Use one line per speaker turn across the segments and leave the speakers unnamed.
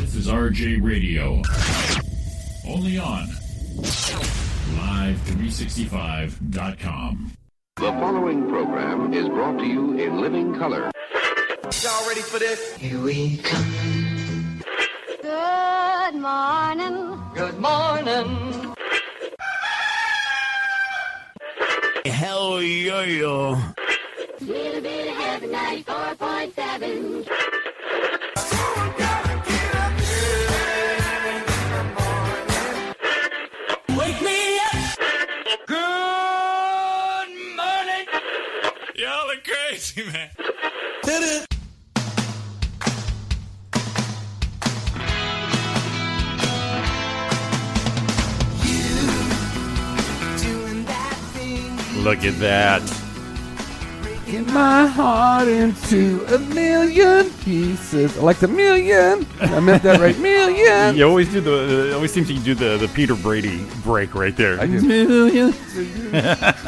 This is RJ Radio. Only on live365.com.
The following program is brought to you in living color.
Y'all ready for this?
Here we come.
Good morning.
Good morning.
Hell yo yo.
Little bit of heaven, 94.7.
Wake me up. Good morning. Y'all are crazy, man.
Look at that.
Get my heart into a million pieces. I like the million. I meant that right. Million.
You always do the. Uh, always seems you do the, the Peter Brady break right there.
I do.
Million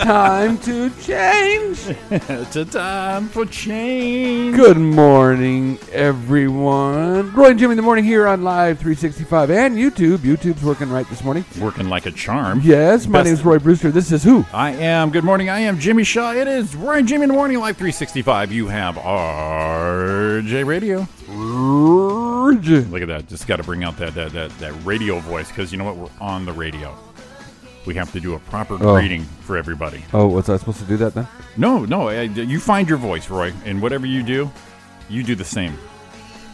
Time to change.
at a time for change.
Good morning, everyone. Roy and Jimmy in the morning here on Live 365 and YouTube. YouTube's working right this morning.
Working like a charm.
Yes, my
Best-
name is Roy Brewster. This is who?
I am. Good morning. I am Jimmy Shaw. It is Roy and Jimmy in the Morning Live 365. You have RJ Radio.
Roger.
Look at that. Just got to bring out that that, that, that radio voice because you know what? We're on the radio. We have to do a proper
Oh.
greeting for everybody.
Oh, was I supposed to do that then?
No, no. I, you find your voice, Roy, and whatever you do, you do the same.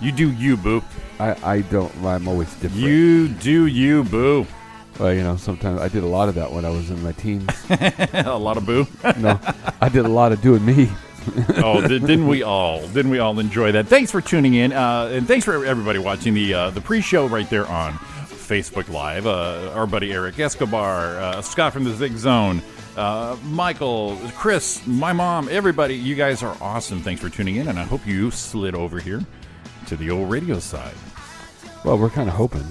You do you, boo.
I, I don't. I'm always different.
You do you, boo.
Well, you know, sometimes I did a lot of that when I was in my teens.
a lot of boo.
no, I did a lot of doing me.
oh, di- didn't we all? Didn't we all enjoy that? Thanks for tuning in, uh, and thanks for everybody watching the uh, the pre-show right there on Facebook Live. Uh, our buddy Eric Escobar, uh, Scott from the Zig Zone, uh, Michael, Chris, my mom, everybody. You guys are awesome. Thanks for tuning in, and I hope you slid over here to the old radio side.
Well, we're kind of hoping.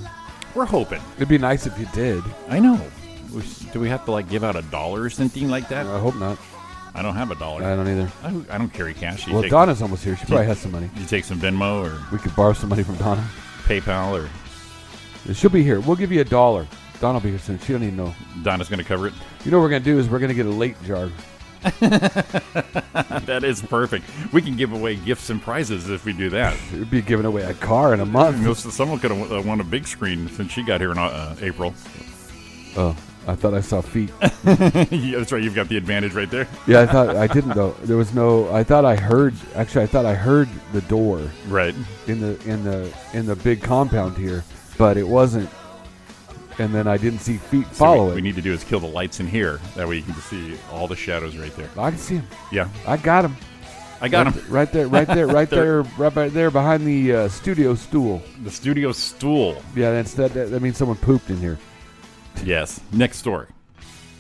We're hoping.
It'd be nice if you did.
I know. We s- Do we have to like give out a dollar or something like that?
I hope not.
I don't have a dollar.
I don't either.
I don't, I don't carry cash. You
Well,
take,
Donna's almost here. She probably has some money.
You take some Venmo or
We could borrow some money from Donna.
PayPal or
She'll be here. We'll give you a dollar. Donna will be here soon. She don't even know.
Donna's going to cover it.
You know what we're gonna do is we're gonna get a late jar.
that is perfect. We can give away gifts and prizes if we do that.
We'd be giving away a car in a
You know,
month.
so someone could have uh, won a big screen since she got here in uh, April.
Oh, I thought I saw feet.
yeah, that's right. You've got the advantage right there.
Yeah, I thought I didn't though. There was no. I thought I heard. Actually, I thought I heard the door
Right.
in the in the in the big compound here, but it wasn't. And then I didn't see feet
So
follow
what
it.
we need to do is kill the lights in here. That way you can just see all the shadows right there.
I can see him.
Yeah,
I got him.
I got
right,
him.
right there, right there, right
There.
there, right by there behind the uh, studio stool.
The studio stool.
Yeah, that's that, that. That means someone pooped in here.
Yes. Next story.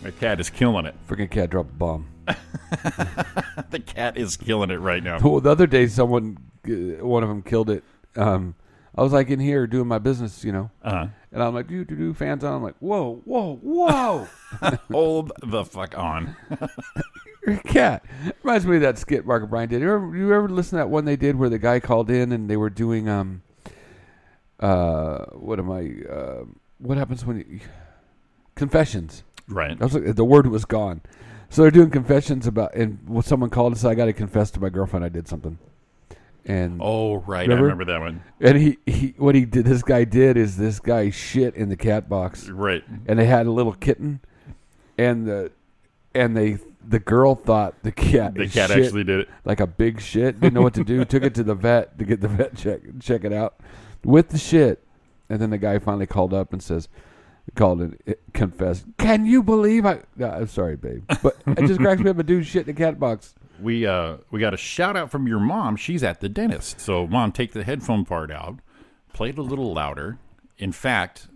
My cat is killing it.
Freaking cat dropped a bomb.
The cat is killing it right now.
Well, the other day, someone, uh, one of them killed it. Um, I was like in here doing my business, you know,
Uh-huh.
and I'm like, do do do fans on. I'm like, whoa, whoa, whoa,
Hold the fuck on.
your cat reminds me of that skit Mark and Brian did. You ever, you ever listen to that one they did where the guy called in and they were doing um, uh, what am I? Uh, what happens when you confessions?
Right.
I was like, the word was gone. So they're doing confessions about, and well, someone called and said, "I got to confess to my girlfriend I did something." And
Oh, right. I
Remember?
remember that one.
and he, he what he did this guy did is this guy shit in the cat box,
Right.
and they had a little kitten, and the and they the girl thought the cat
The
had
cat
shit
actually did it.
like a big shit didn't know what to do took it to the vet to get the vet check check it out with the shit and then the guy finally called up and says called and it- confessed can you believe i no, i'm sorry babe but it just cracks me up a dude shit in a cat box
we uh we got a shout out from your mom. She's at the dentist. So mom, take the headphone part out, play it a little louder. In fact,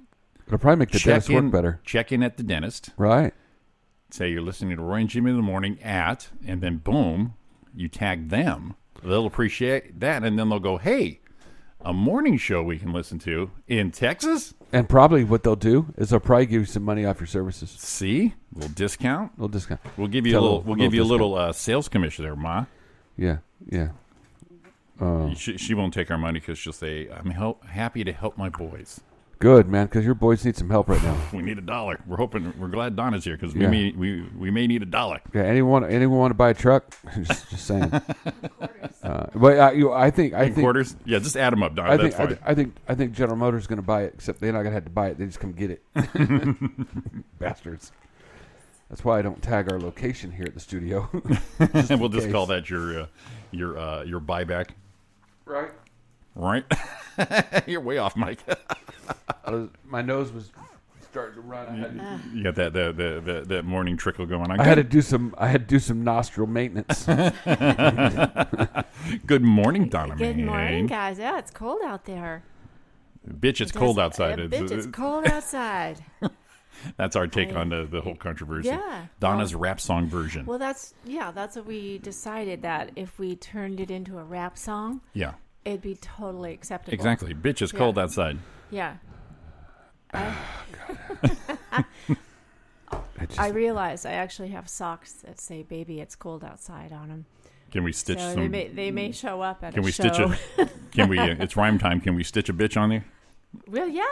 it'll probably make the
check
dentist
in
work better
Check in at the dentist.
right
Say you're listening to Roy and Jimmy in the morning at, and then boom, you tag them. They'll appreciate that, and then they'll go, "Hey, a morning show we can listen to in Texas."
and probably what they'll do is they'll probably give you some money off your services
See, little discount.
little discount
We'll give you
Tell
a little. uh,
them,
We'll
little
give you a
discount.
little uh, sales commission there, Ma.
yeah yeah
she, she won't take our money because she'll say, "I'm help, happy to help my boys.
Good man, because your boys need some help right now.
We need a dollar. We're hoping. We're glad Donna's here because we
Yeah.
may we, we may need a dollar.
Yeah, anyone anyone want to buy a truck? just, just saying. Uh, but I, you, I think I
In
think
quarters? Yeah, just add them up, Donna.
I
That's
think, I,
fine.
th- I think I think General Motors is going to buy it, except they're not going to have to buy it. They just come get it, bastards. That's why I don't tag our location here at the studio.
we'll just
case.
call that your uh, your uh, your buyback,
right.
right? You're way off, Mike.
I was, my nose was starting to run. I had, to,
you got that that, that that that morning trickle going on.
I had to
Good-
do some. I had to do some nostril maintenance.
Good morning, Donna.
Good
Mae.
morning, guys. Yeah, it's cold out there.
Bitch, it's cold
Just-
outside.
uh, bitch, it's cold outside.
That's our take on the, the whole controversy.
Yeah.
Donna's rap song version.
well, that's yeah. That's what we decided that if we turned it into a rap song,
yeah.
it'd be totally acceptable.
Exactly. Bitch, it's
Yeah.
cold outside.
Yeah.
I just-
I realize I actually have socks that say "Baby, it's cold outside" on them,
Can we stitch
so they
some?
may they may show up at
can
a
we
show.
stitch a? Can we? Uh, it's rhyme time. Can we stitch a bitch on there?
well, yeah.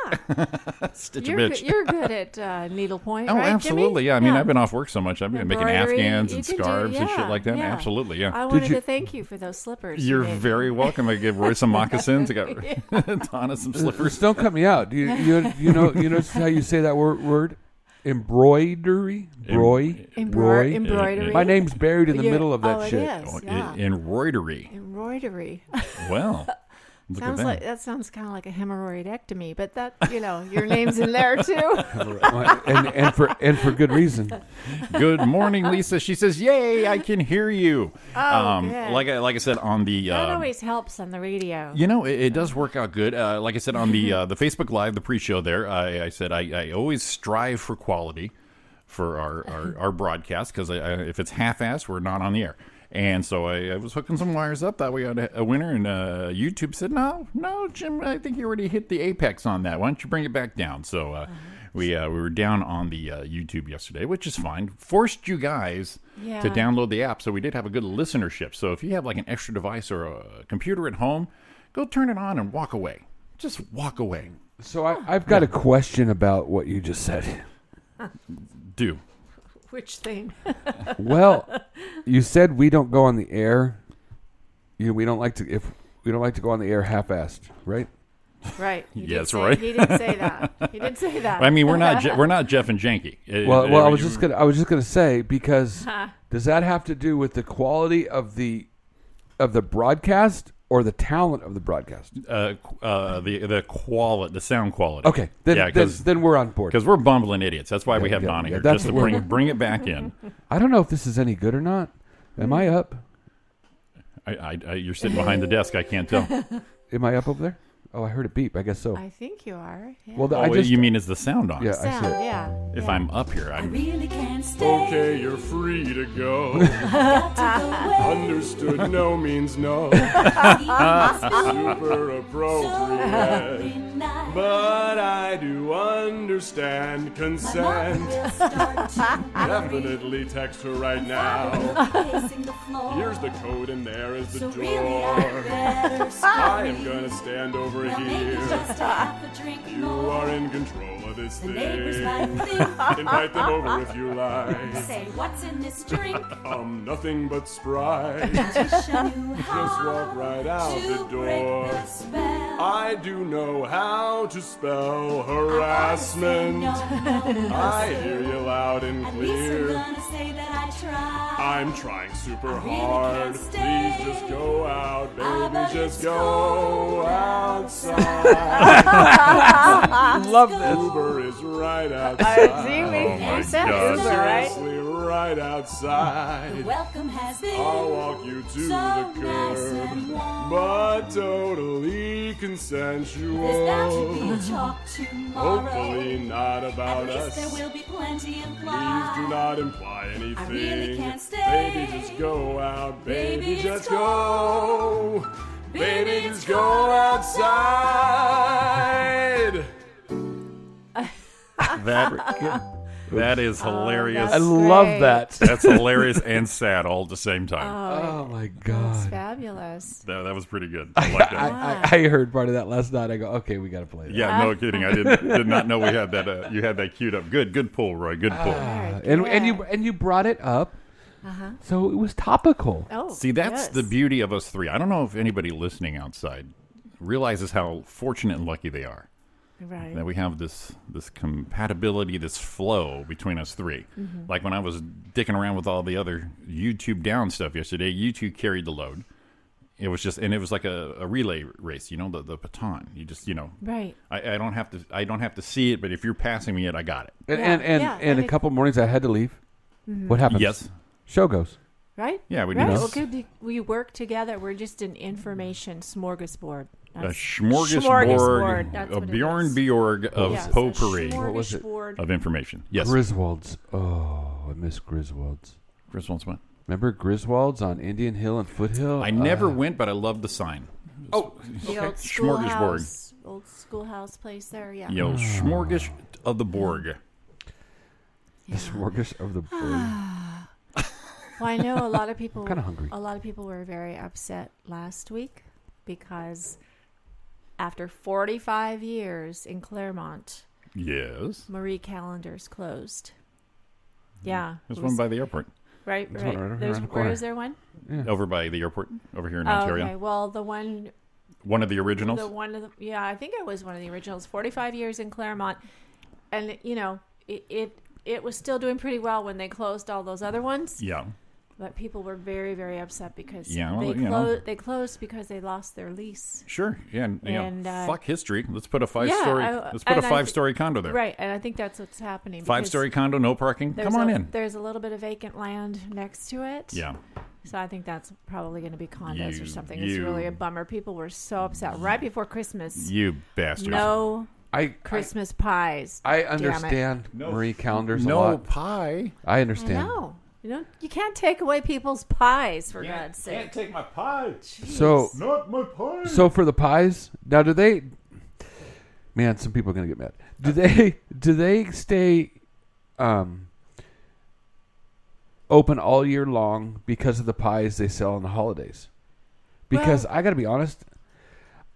Stitch
You're
a
good,
bitch.
you're good at uh, needlepoint,
Oh,
right, Jimmy?
absolutely. Yeah. I mean, I've been off work so much. I've been making
Embroidery.
afghans
You
and
can do-
scarves and shit
yeah,
like that.
yeah.
Absolutely. Yeah.
I wanted
you-
to thank you for those slippers. you
You're
made.
very welcome. I gave Roy some moccasins. I got Donna some slippers.
Just don't cut me out. Do you you you know you know how you say that word word embroidery? Broy?
Embroider-
Roy?
embroidery.
My name's buried in the
Yeah.
middle of that
Oh, it
shit.
is.
Oh,
yeah.
e- Embroidery.
Embroidery.
Well, look
sounds
at that.
like that sounds kind of like a hemorrhoidectomy, but that you know your name's in there too.
and and for and for good reason.
Good morning, Lisa. She says, "Yay, I can hear you." um,
Oh, good.
like I like I said on the.
Um,
that
Uh,
always helps on the radio.
you know, it, it does work out good. Uh, like I said on the uh, the Facebook Live, the pre-show there, I, I said I, I always strive for quality for our our, our broadcast because I, I, if it's half-assed, we're not on the air. And so I, I was hooking some wires up that we got a, a winner, and uh, YouTube said, "No, no, Jim, I think you already hit the apex on that. Why don't you bring it back down?" So uh, we uh, we were down on the uh, YouTube yesterday, which is fine. Forced you guys
Yeah.
to download the app. So we did have a good listenership. So if you have like an extra device or a computer at home, go turn it on and walk away. Just walk away.
So I, I've got a question about what you just said.
Do.
Which thing?
Well, you said we don't go on the air. You we don't like to if we don't like to go on the air half-assed, right?
right. He did
Yes,
say-
right.
He didn't say that. He didn't say that.
I mean, we're not Je- we're not Jeff and Janky. Uh,
Well, well, I
uh,
was just gonna I was just gonna say because does that have to do with the quality of the of the broadcast or the talent of the broadcast?
uh, qu- uh, the the quality, the sound quality.
Okay, then
yeah,
then,
because
then we're on board.
because we're bumbling idiots. That's why we
Yeah,
have
yeah,
Donna
yeah,
here
that's
just to
what
bring
we're-
bring it back in.
I don't know if this is any good or not. Am
Mm.
I up?
I, I, I, you're sitting behind the desk. I can't tell.
Am I up over there? Oh, I heard a beep. I guess so.
I think you are. Yeah.
well,
Oh,
I just
you mean is the sound on?
yeah, I
Sound,
see it.
yeah.
If
yeah.
I'm up here, I'm
Really can't stay.
Okay, you're free to go.
Got to go away.
Understood no means no. Super appropriate.
Be nice.
But I do understand consent.
We'll start to
Definitely text her right now.
pacing the floor.
Here's the code and there is the
so
door.
really I better
I
stop.
am gonna stand over
Maybe
here.
just half a drink
You
more.
are in control of this
the neighbors
thing.
might think.
Invite them over if you like.
Say what's in this drink?
Um, nothing but Sprite.
Wish I knew
Just
how
walk right out
to
the
break
door.
the spell.
I do know how to spell
Say
harassment.
no, no, no,
I
say
hear you loud and
At least I'm
clear.
gonna say that I tried.
I'm trying super
really
hard.
can't
Please
stay.
just go out,
Ah,
baby.
but
Just
it's
go
cold
outside.
love this.
Uber is right
Oh,
outside.
see, we-
Oh, my
you said
God.
Uber, right?
Seriously, right outside.
Welcome has been.
I'll walk you to
so
the
nice
curb,
and warm.
but totally
There's bound
consensual.
to be talk tomorrow.
Hopefully not
At
about
least
us.
there will be plenty
Please
implied.
do not imply anything.
can't stay.
Baby, just go out. Baby,
Baby,
just
it's
go. Baby,
Baby,
just
it's
go
cold
outside.
that That is hilarious.
I
Oh, that's-
love
great.
that.
That's hilarious and sad all at the same time.
Oh
Oh,
my
it's
god!
fabulous.
that, that was pretty good. I like that.
I, I, I heard part of that last night. I go, okay, we got to play that.
yeah, no kidding. I did did not know we had that. Uh, you had that queued up. Good, good pull, Roy. Good pull.
Very
and and
good.
you and you brought it up, uh-huh. so it was topical.
Oh,
See, that's
yes.
the beauty of us three. I don't know if anybody listening outside realizes how fortunate and lucky they are
Right.
that we have this this compatibility, this flow between us 3
Mm-hmm.
Like when I was dicking around with all the other YouTube down stuff yesterday, you two carried the load. It was just, and it was like a, a relay race, you know, the, the baton. You just, you know,
right.
I, I don't have to, I don't have to see it, but if you're passing me it, I got it.
And
Yeah,
and and,
yeah, Mm-hmm.
and
I
a
think-
couple mornings I had to leave. What happened?
Yes,
show goes.
Right?
Yeah, we do
right.
that.
Okay, we- we work together. We're just an information smorgasbord.
a
That's-
smorgasbord,
That's
a
what it
Bjorn
is.
Bjorg of
Yes, a
potpourri
What was it?
smorgasbord.
of information. Yes,
Griswold's. Oh, I miss Griswold's.
Griswold's went.
Remember Griswold's on Indian Hill and Foothill?
I never
Uh,
went, but I love the sign.
Oh,
The old
Smorgasbord.
schoolhouse, old schoolhouse place there. Yeah.
Yo,
Ah.
smorgish of the Borg.
the smorgas of the bird.
Well, I know a lot of people.
kinda hungry.
A lot of people were very upset last week because after 45 years in Claremont,
Yes.
Marie Callender's closed. Yeah.
Mm-hmm. There's
it
one
was-
by the airport.
right,
one
right.
right around
There's,
the
where
corner.
is there one?
Over by the airport, over here in
Oh,
Ontario.
okay. Well, the one
One of the originals.
The one, of the, yeah, I think it was one of the originals. Forty-five years in Claremont, and you know, it it, it was still doing pretty well when they closed all those other ones.
yeah.
But people were very very upset because
Yeah, well,
they
you know.
closed they closed because they lost their lease.
Sure. Yeah. And, you know,
And, uh,
fuck history. Let's put a five
Yeah,
story.
I-
let's put a
and I-
five story condo there.
Right, and I think that's what's happening. because
Five story condo, no parking.
there's
Come on
a-
in.
There's a little bit of vacant land next to it.
Yeah.
So I think that's probably going to be condos
You-
or something. it's
you-
really a bummer. People were so upset right before Christmas.
You bastard.
no
I
Christmas pies.
I
Damn it.
understand
No.
Marie calendars a
No
lot.
pie.
I understand.
No, you know you can't take away people's pies for God's sake.
take my pie.
So
Not my pie.
so for the pies now, do they? Man, some people are gonna get mad. Do they? Do they stay? Um. Open all year long because of the pies they sell on the holidays. Because I got to be honest,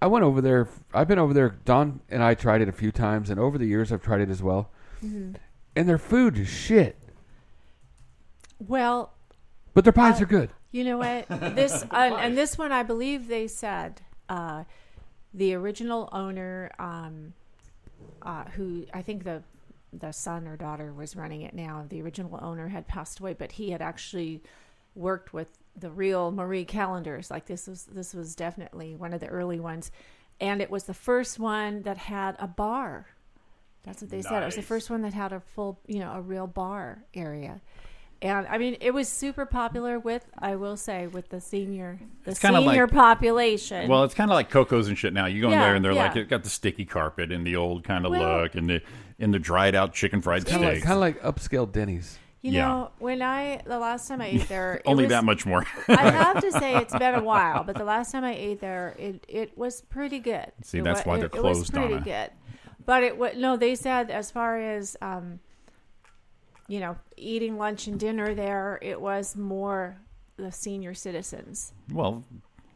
I went over there. I've been over there. Don and I tried it a few times, and over the years I've tried it as well. And their food is shit,
Well,
but their pies are good.
you know what? This and, and this one, I believe they said uh, the original owner, um, uh, who I think the the son or daughter was running it now. The original owner had passed away, but he had actually worked with the real Marie Calendars. Like this was this was definitely one of the early ones, and it was the first one that had a bar. That's what they said. It was the
Nice.
first one that had a full, you know, a real bar area. And I mean, it was super popular with, I will say, with the senior, the
kinda like-
senior population.
Well, it's kind of like Coco's and shit now. You go in
Yeah,
there and they're
yeah.
like, it got the sticky carpet and the old kind of
Well-
look and the and the dried out chicken fried
Kind of
steak.
like, kind of like upscale Denny's.
you
yeah.
know, when I the last time I ate there, it
Only
was-
that much more.
I have to say, it's been a while, but the last time I ate there, it it was pretty good.
See,
It
that's
wa-
why they're
it-
closed,
It was
Donna.
pretty good, but it was no. They said as far as um, you know, eating lunch and dinner there, it was more the senior citizens,
well,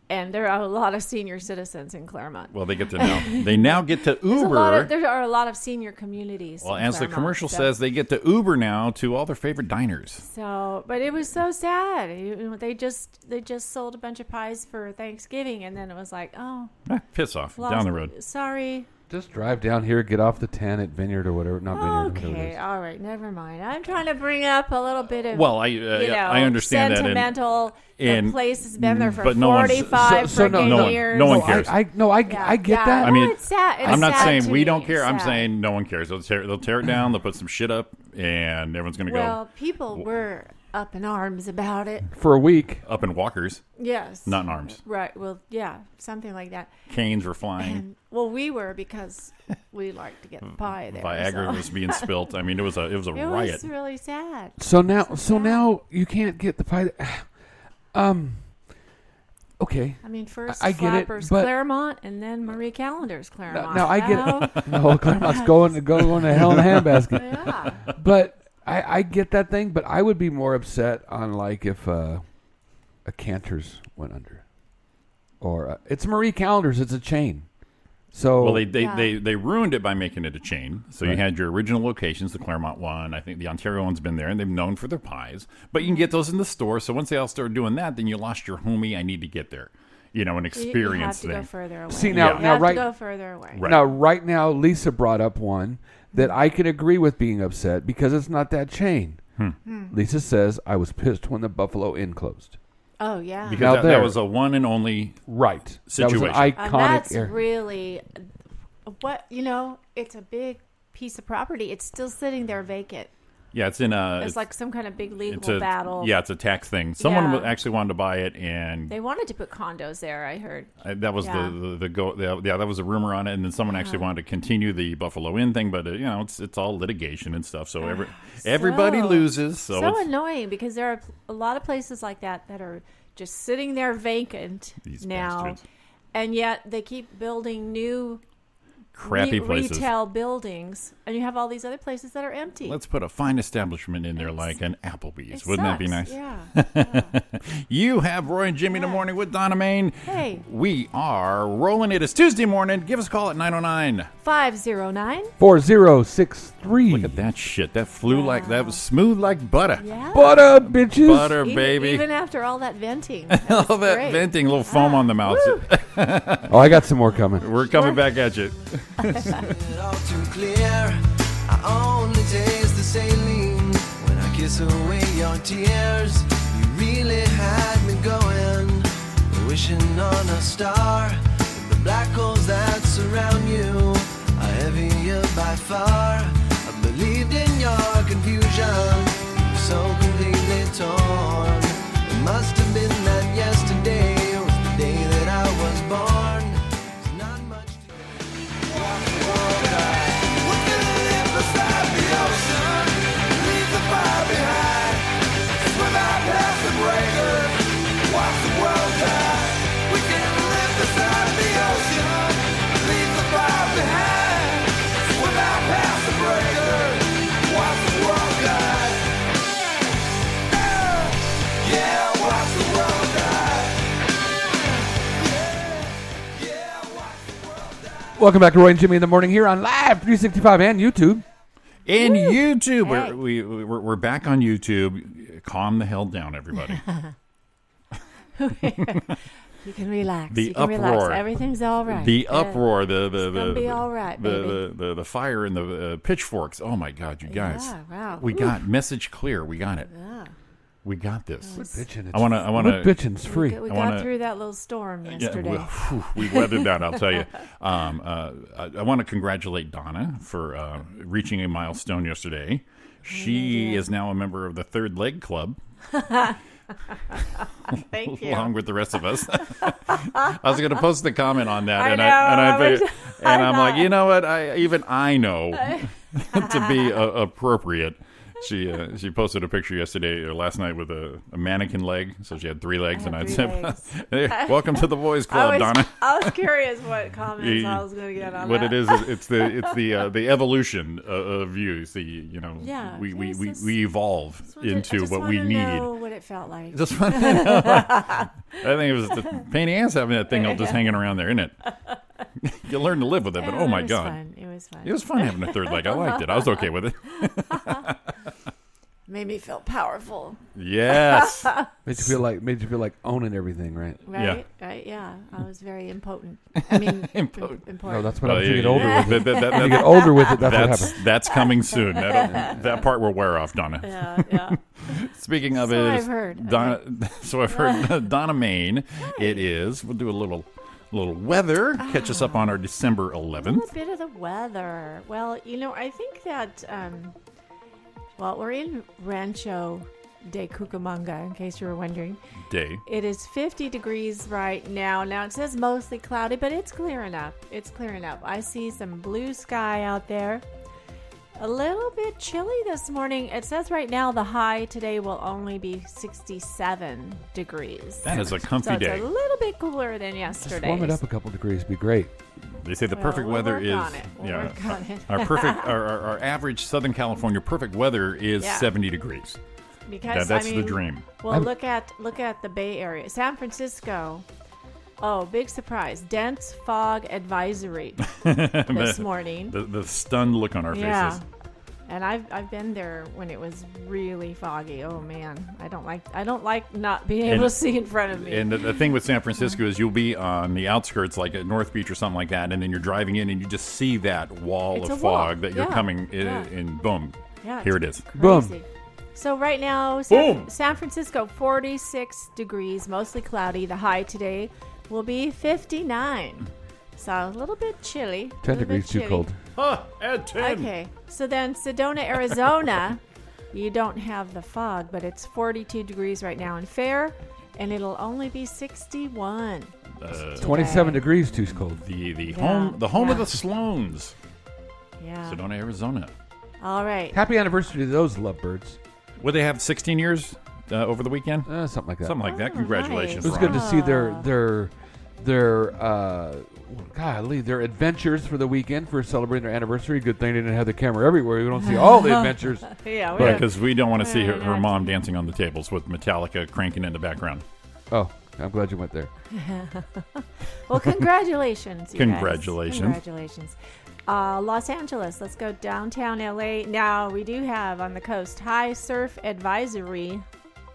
and there are a lot of senior citizens in Claremont.
well, they get to now. They now get to
There's a lot
Uber.
of- there are a lot of senior communities.
well,
in
as the
Claremont,
commercial
so-
says, they get to Uber now to all their favorite diners.
So, but it was so sad. You know, they just they just sold a bunch of pies for Thanksgiving, and then it was like, oh,
Ah, piss off
lost,
down the road.
Sorry,
Just drive down here, get off the ten at Vineyard or whatever. Not Vineyard. whatever it
Okay,
is.
all right, never mind. I'm trying to bring up a little bit of
Well, I uh,
you know,
I understand that. and-
sentimental.
and-
the place has been there for
but no one's-
45
so- so no-
freaking
no one-
years.
no one
I-
cares.
I, no, I,
Yeah.
I get
Yeah.
that.
I mean,
no, it's sad. It's
I'm not
sad
saying
to
we
me.
don't care. I'm
Sad.
saying no one cares. They'll tear, they'll tear it down. They'll put some shit up, and everyone's gonna
Well, people were up in arms about it.
for a week.
go up in walkers,
Yes.
not in arms.
Right. Well, yeah, something like that.
Canes were flying.
And well, we were because we like to get the pie there.
Mm, Viagra
so.
was being spilt. I mean, it was a it was a
It
riot.
was really sad.
So now, so now you can't get the pie. Um. Okay.
I mean, first
I get it,
Flappers
but-
Claremont, and then Marie Callender's Claremont.
now I get-
How-
No, Claremont's going to go on a hell in a handbasket.
yeah.
But I, I get that thing, but I would be more upset on like if uh, a Cantor's went under, or uh, it's Marie Callender's. It's a chain, so
Well, they they,
Yeah.
they they ruined it by making it a chain. So you had your original locations, the Claremont one. I think the Ontario one's been there, and they've known for their pies. But you can get those in the store. So once they all started doing that, then you lost your homie. I need to get there. You know, an
You- You have
experience
to go
thing.
further away.
See, now-
you
now
have
right-
to go further away.
Right.
now right now Lisa brought up one that I can agree with being upset because it's not that chain.
Hmm.
Hmm.
Lisa says I was pissed when the Buffalo Inn closed.
Oh yeah,
because
Now
that, that
there.
was a one and only.
Right, that was an
Situation.
and
iconic.
Uh, that's
era.
really what you know. It's a big piece of property. It's still sitting there vacant.
Yeah, it's in a.
It's, like some kind of big legal
it's a,
battle.
Yeah, it's a tax thing. Someone
Yeah.
wa- actually wanted to buy it, and
They wanted to put condos there. I heard.
Uh, That was
Yeah. Uh-huh.
the, the the go. The, yeah, that was a rumor on it, and then someone actually wanted to continue the Buffalo Inn thing, but uh, you know, it's it's all litigation and stuff. So every everybody
So-
loses. So,
So,
it's,
annoying because there are a lot of places like that that are just sitting there vacant
These
now,
bastards.
and yet they keep building new
crappy
re-
places.
retail buildings, and you have all these other places that are empty.
Let's put a fine establishment in there, like an
It
Applebee's. Wouldn't that be
sucks.
nice?
Yeah.
You have Roy and Jimmy in the
Yeah.
morning with Donna Main.
Hey.
we are rolling. It is Tuesday morning. Give us a call at nine oh nine.
Five zero nine.
4063.
Look at that shit. That flew like that was smooth like butter.
Yeah.
Butter, bitches.
Butter,
Even-
baby.
Even after all that venting.
all that
great.
venting, little foam on the mouth.
Oh, I got some more coming.
We're coming back at you.
All too clear. I only taste the saline when I kiss away your tears. You really had me going, wishing on a star. But the black holes that surround you are heavier by far. I believed in your confusion, so completely torn. It must have been that yesterday was the day that I was born. There's not much to
Welcome back to Roy and Jimmy in the morning here on Live 365 and YouTube.
And YouTube,
Hey.
we're, we, we're, we're back on YouTube. Calm the hell down, everybody.
You can relax.
The
you can
uproar.
relax. Everything's all right.
The
Yeah.
uproar, the the
gonna
the,
be
the,
all right,
the,
baby.
the the the fire and the uh, pitchforks. Oh my God, you guys!
Yeah, wow.
We got message clear. We got it. We got this.
Bitchin',
I want to. I want to.
Bitchin's
We,
free.
got- we
I
got
wanna-
through that little storm yesterday.
we, whew, we weathered that. I'll tell you. Um, uh, I, I want to congratulate Donna for uh, reaching a milestone yesterday. She is now a member of the Third Leg Club.
Thank you.
along with the rest of us. I was going to post the comment on that,
I
and
know,
I
I
and I,
was-
figured- and
I
I'm like,
thought-
you know what? I even I know to be uh, appropriate. She uh, she posted a picture yesterday or last night with a, a mannequin leg, so she had three legs,
had
and I
three
said,
legs.
"Hey, "Welcome to the boys' club,
I was,
Donna."
I was curious what comments
You-
I was going to get on
what
that.
it is is it's the it's the uh, the evolution o- of you. The you know
Yeah,
we we,
it's
we,
just-
we evolve
Just wanted- I
into
just
what we
wanna
need.
Know what it felt like.
Just want to know. I think it was the pain in the ass having that thing all just hanging around there, isn't it? you learn to live with it, but
Yeah,
oh my
it was
god,
fun. it was fun.
it was fun having a third leg. I liked it. I was okay with it.
made me feel powerful.
Yes,
Made you feel like made you feel like owning everything, right?
Right, right, yeah. I was very impotent. I mean,
Impotent.
im-
No,
important.
that's what
Well,
I was
yeah,
you get older
Oh, yeah,
with it.
that- that- that-
You get older with it, that's, what
that's
happens.
that's coming soon. That that part will wear off, Donna.
yeah, yeah.
Speaking of
So
it,
I've
is
heard.
Donna, so I've heard Donna Main. It is. We'll do a little little weather. Catch us up
Ah.
on our December 11th.
A bit of the weather. Well, you know, I think that, um, well, we're in Rancho de Cucamonga, in case you were wondering.
day.
It is 50 degrees right now. Now, it says mostly cloudy, but it's clearing up. It's clearing up. I see some blue sky out there. A little bit chilly this morning. It says right now the high today will only be 67 degrees.
That is a comfy
so it's
day.
a little bit cooler than yesterday.
Just warm it up a couple degrees, be great.
They say the
Well,
perfect
we'll
weather
work
is
on it. We'll
yeah.
work on it.
Our perfect, our, our, our average Southern California perfect weather is
Yeah.
seventy degrees.
because
That- that's
I
the
mean,
dream.
Well,
I'm-
look at look at the Bay Area, San Francisco. Oh, big surprise! Dense fog advisory this morning.
The, the stunned look on our
yeah,
faces.
and I've I've been there when it was really foggy. Oh man, I don't like I don't like not being able
And-
to see in front of me.
And the, the thing with San Francisco is you'll be on the outskirts, like at North Beach or something like that, and then you're driving in and you just see that wall
It's
of
a wall.
fog that you're
Yeah.
coming in,
Yeah.
and boom,
Yeah,
here it
it's
is.
Boom.
Crazy. So right now, San,
Boom.
San Francisco, 46 degrees, mostly cloudy. The high today will be 59. So a little bit chilly.
Ten
little bit
degrees too
chilly.
cold.
Huh, at 10.
Okay. So then Sedona, Arizona, you don't have the fog, but it's 42 degrees right now in fair, and it'll only be 61.
Uh,
Twenty-seven
today.
degrees too cold.
The the
Yeah.
home the home of
Yeah.
the Sloans,
Yeah.
Sedona, Arizona.
All right.
Happy anniversary to those lovebirds.
Would they have 16 years uh, over the weekend?
Uh, something like that.
Something like that.
it
Oh,
Congratulations,
nice.
was
Ron.
good to see their their their uh, golly their adventures for the weekend for celebrating their anniversary. Good thing they didn't have the camera everywhere. We don't see all the adventures.
Yeah. we
Yeah,
have-
because we don't want to see her,
Yeah,
her
yeah.
mom dancing on the tables with Metallica cranking in the background.
Oh, I'm glad you went there.
Well, congratulations. you guys.
Congratulations.
Congratulations. Uh, Los Angeles, let's go downtown LA. Now, we do have on the coast high surf advisory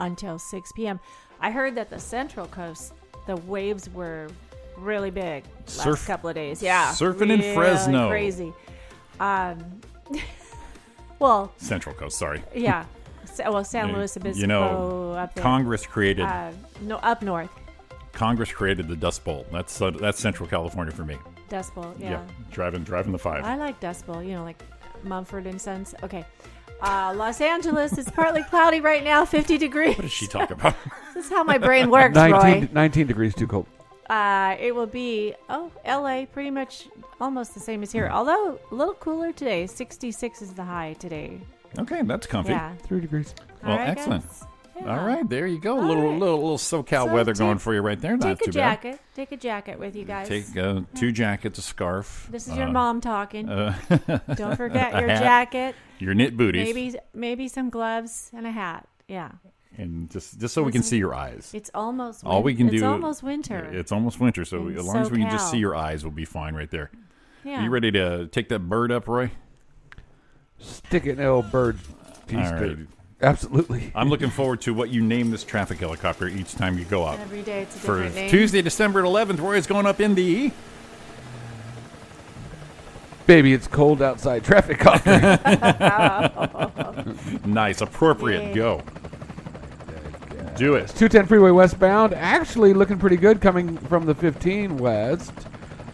until 6 p.m. I heard that the central coast, the waves were really big last
Surf-
couple of days. Yeah.
surfing in
really
Fresno.
Crazy. Um, well,
Central Coast, sorry.
yeah. So, well, San Luis Obispo
you know,
up there.
Congress created
uh, no, up north.
Congress created the Dust Bowl. That's uh, that's Central California for me.
Dust Bowl. yeah.
driving driving the five.
I like Dust Bowl, you know, like Mumford and Sons. Okay. Uh, Los Angeles is partly cloudy right now, 50 degrees.
what does she talk about?
This is how my brain works,
19,
Roy.
19 degrees too cold.
Uh, it will be, oh, LA, pretty much almost the same as here, although a little cooler today. 66 is the high today.
okay, that's comfy.
Yeah.
Three degrees.
Well,
All right,
excellent.
guys?
All
Yeah.
right, there you go. A
All
little,
right.
little little SoCal
So
weather
take-
going for you right there. Not
Take
too
a jacket. Take a jacket with you guys.
bad. Take uh, two jackets, a scarf.
this is your
uh,
mom talking.
uh,
Don't forget
a
your
hat,
jacket,
your knit booties,
maybe maybe some gloves and a hat. Yeah.
and just just so we can see your eyes.
It's almost
All
win-
we can
it's
do.
almost winter.
It's almost winter, so
In
as long as we can just
SoCal.
see your eyes, we'll be fine right there.
yeah.
Are you ready to take that bird up, Roy?
Stick it in the old bird. Piece
All right.
Absolutely.
I'm looking forward to what you name this traffic helicopter each time you go up.
Every day it's a
For
different name.
Tuesday, December 11th, Roy's going up in the.
Baby, it's cold outside. Traffic cop.
Nice, appropriate.
Yay.
Go. Do it.
210 freeway westbound. Actually looking pretty good coming from the 15 west.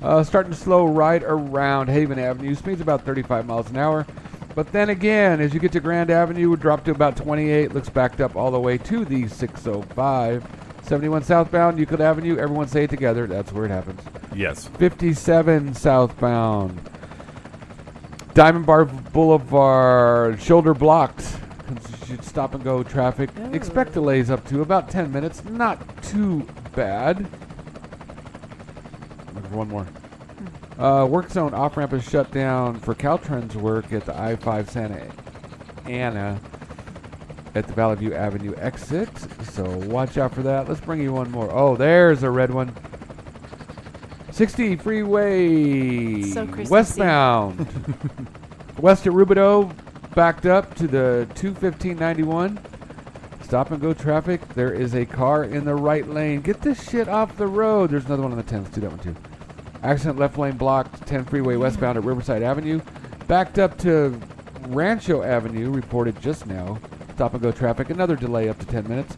Uh, starting to slow right around Haven Avenue. Speeds about 35 miles an hour. But then again, as you get to Grand Avenue, we drop to about 28. Looks backed up all the way to the 605. 71 southbound, Euclid Avenue. Everyone say it together. That's where it happens.
Yes.
57 southbound. Diamond Bar Boulevard, shoulder blocked. You should stop and go traffic. Expect delays up to about 10 minutes. Not too bad. Looking for one more. Uh, work zone off ramp is shut down for Caltrans work at the I 5 Santa Ana at the Valley View Avenue exit. So watch out for that. Let's bring you one more. Oh, there's a red one. 60 freeway
So Christmassy.
westbound. West at Rubidoux, backed up to the 21591. Stop and go traffic. There is a car in the right lane. Get this shit off the road. There's another one on the 10th. Let's do that one too. Accident left lane blocked. 10 freeway westbound at Riverside Avenue. Backed up to Rancho Avenue, reported just now. Stop and go traffic. Another delay up to 10 minutes.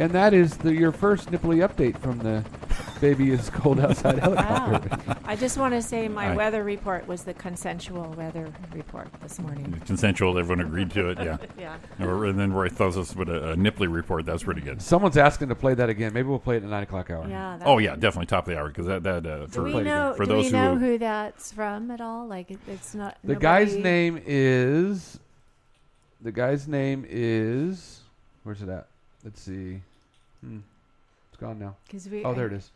And that is the, your first nipply update from the baby is cold outside
Wow.
helicopter.
I just want to say my
All right.
weather report was the consensual weather report this morning.
Consensual, everyone agreed to it, yeah.
Yeah.
Or- And then Roy throws us with a, a nipply report. That's pretty good.
Someone's asking to play that again. Maybe we'll play it at 9 o'clock hour.
Yeah. Oh, that-
Oh, yeah, definitely top of the hour because that, that uh,
Do
for,
we know,
for
do
those
we know
who.
who, that's from at all? Like, it, it's not.
The guy's
nobody-
name is. The guy's name is. Where's it at? Let's see. Hmm. It's gone now.
Cause we,
Oh, there it is.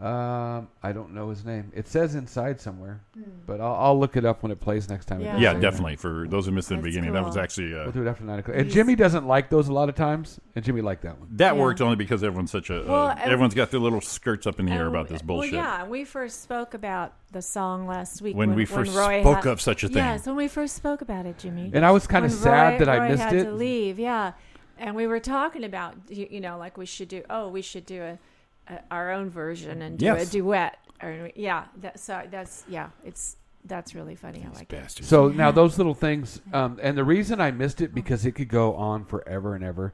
Um, I don't know his name. It says inside somewhere,
Hmm.
but I'll, I'll look it up when it plays next time. it
Yeah.
does.
Yeah, definitely. For those who missed it in the
That's
beginning, that was
cool.
actually uh,
We'll do it after nine o'clock. And Jimmy doesn't like those a lot of times, and Jimmy liked that one.
that
Yeah.
worked only because everyone's such a
Well,
uh,
ev-
everyone's got their little skirts up in the air
Oh,
about this bullshit.
Well, yeah, we first spoke about the song last week
When we first
Roy
spoke
had-
of such a thing.
Yes, when we first spoke about it, Jimmy.
And I was kind of
When
sad
Roy-
that I
Roy
missed
had
it.
To leave, yeah. And we were talking about you, you know like we should do. Oh, we should do a, a our own version and do
Yes.
a duet. Or yeah, that, so that's yeah, it's that's really funny. I like it.
Bastards.
So now those little things, um, and the reason I missed it because it could go on forever and ever,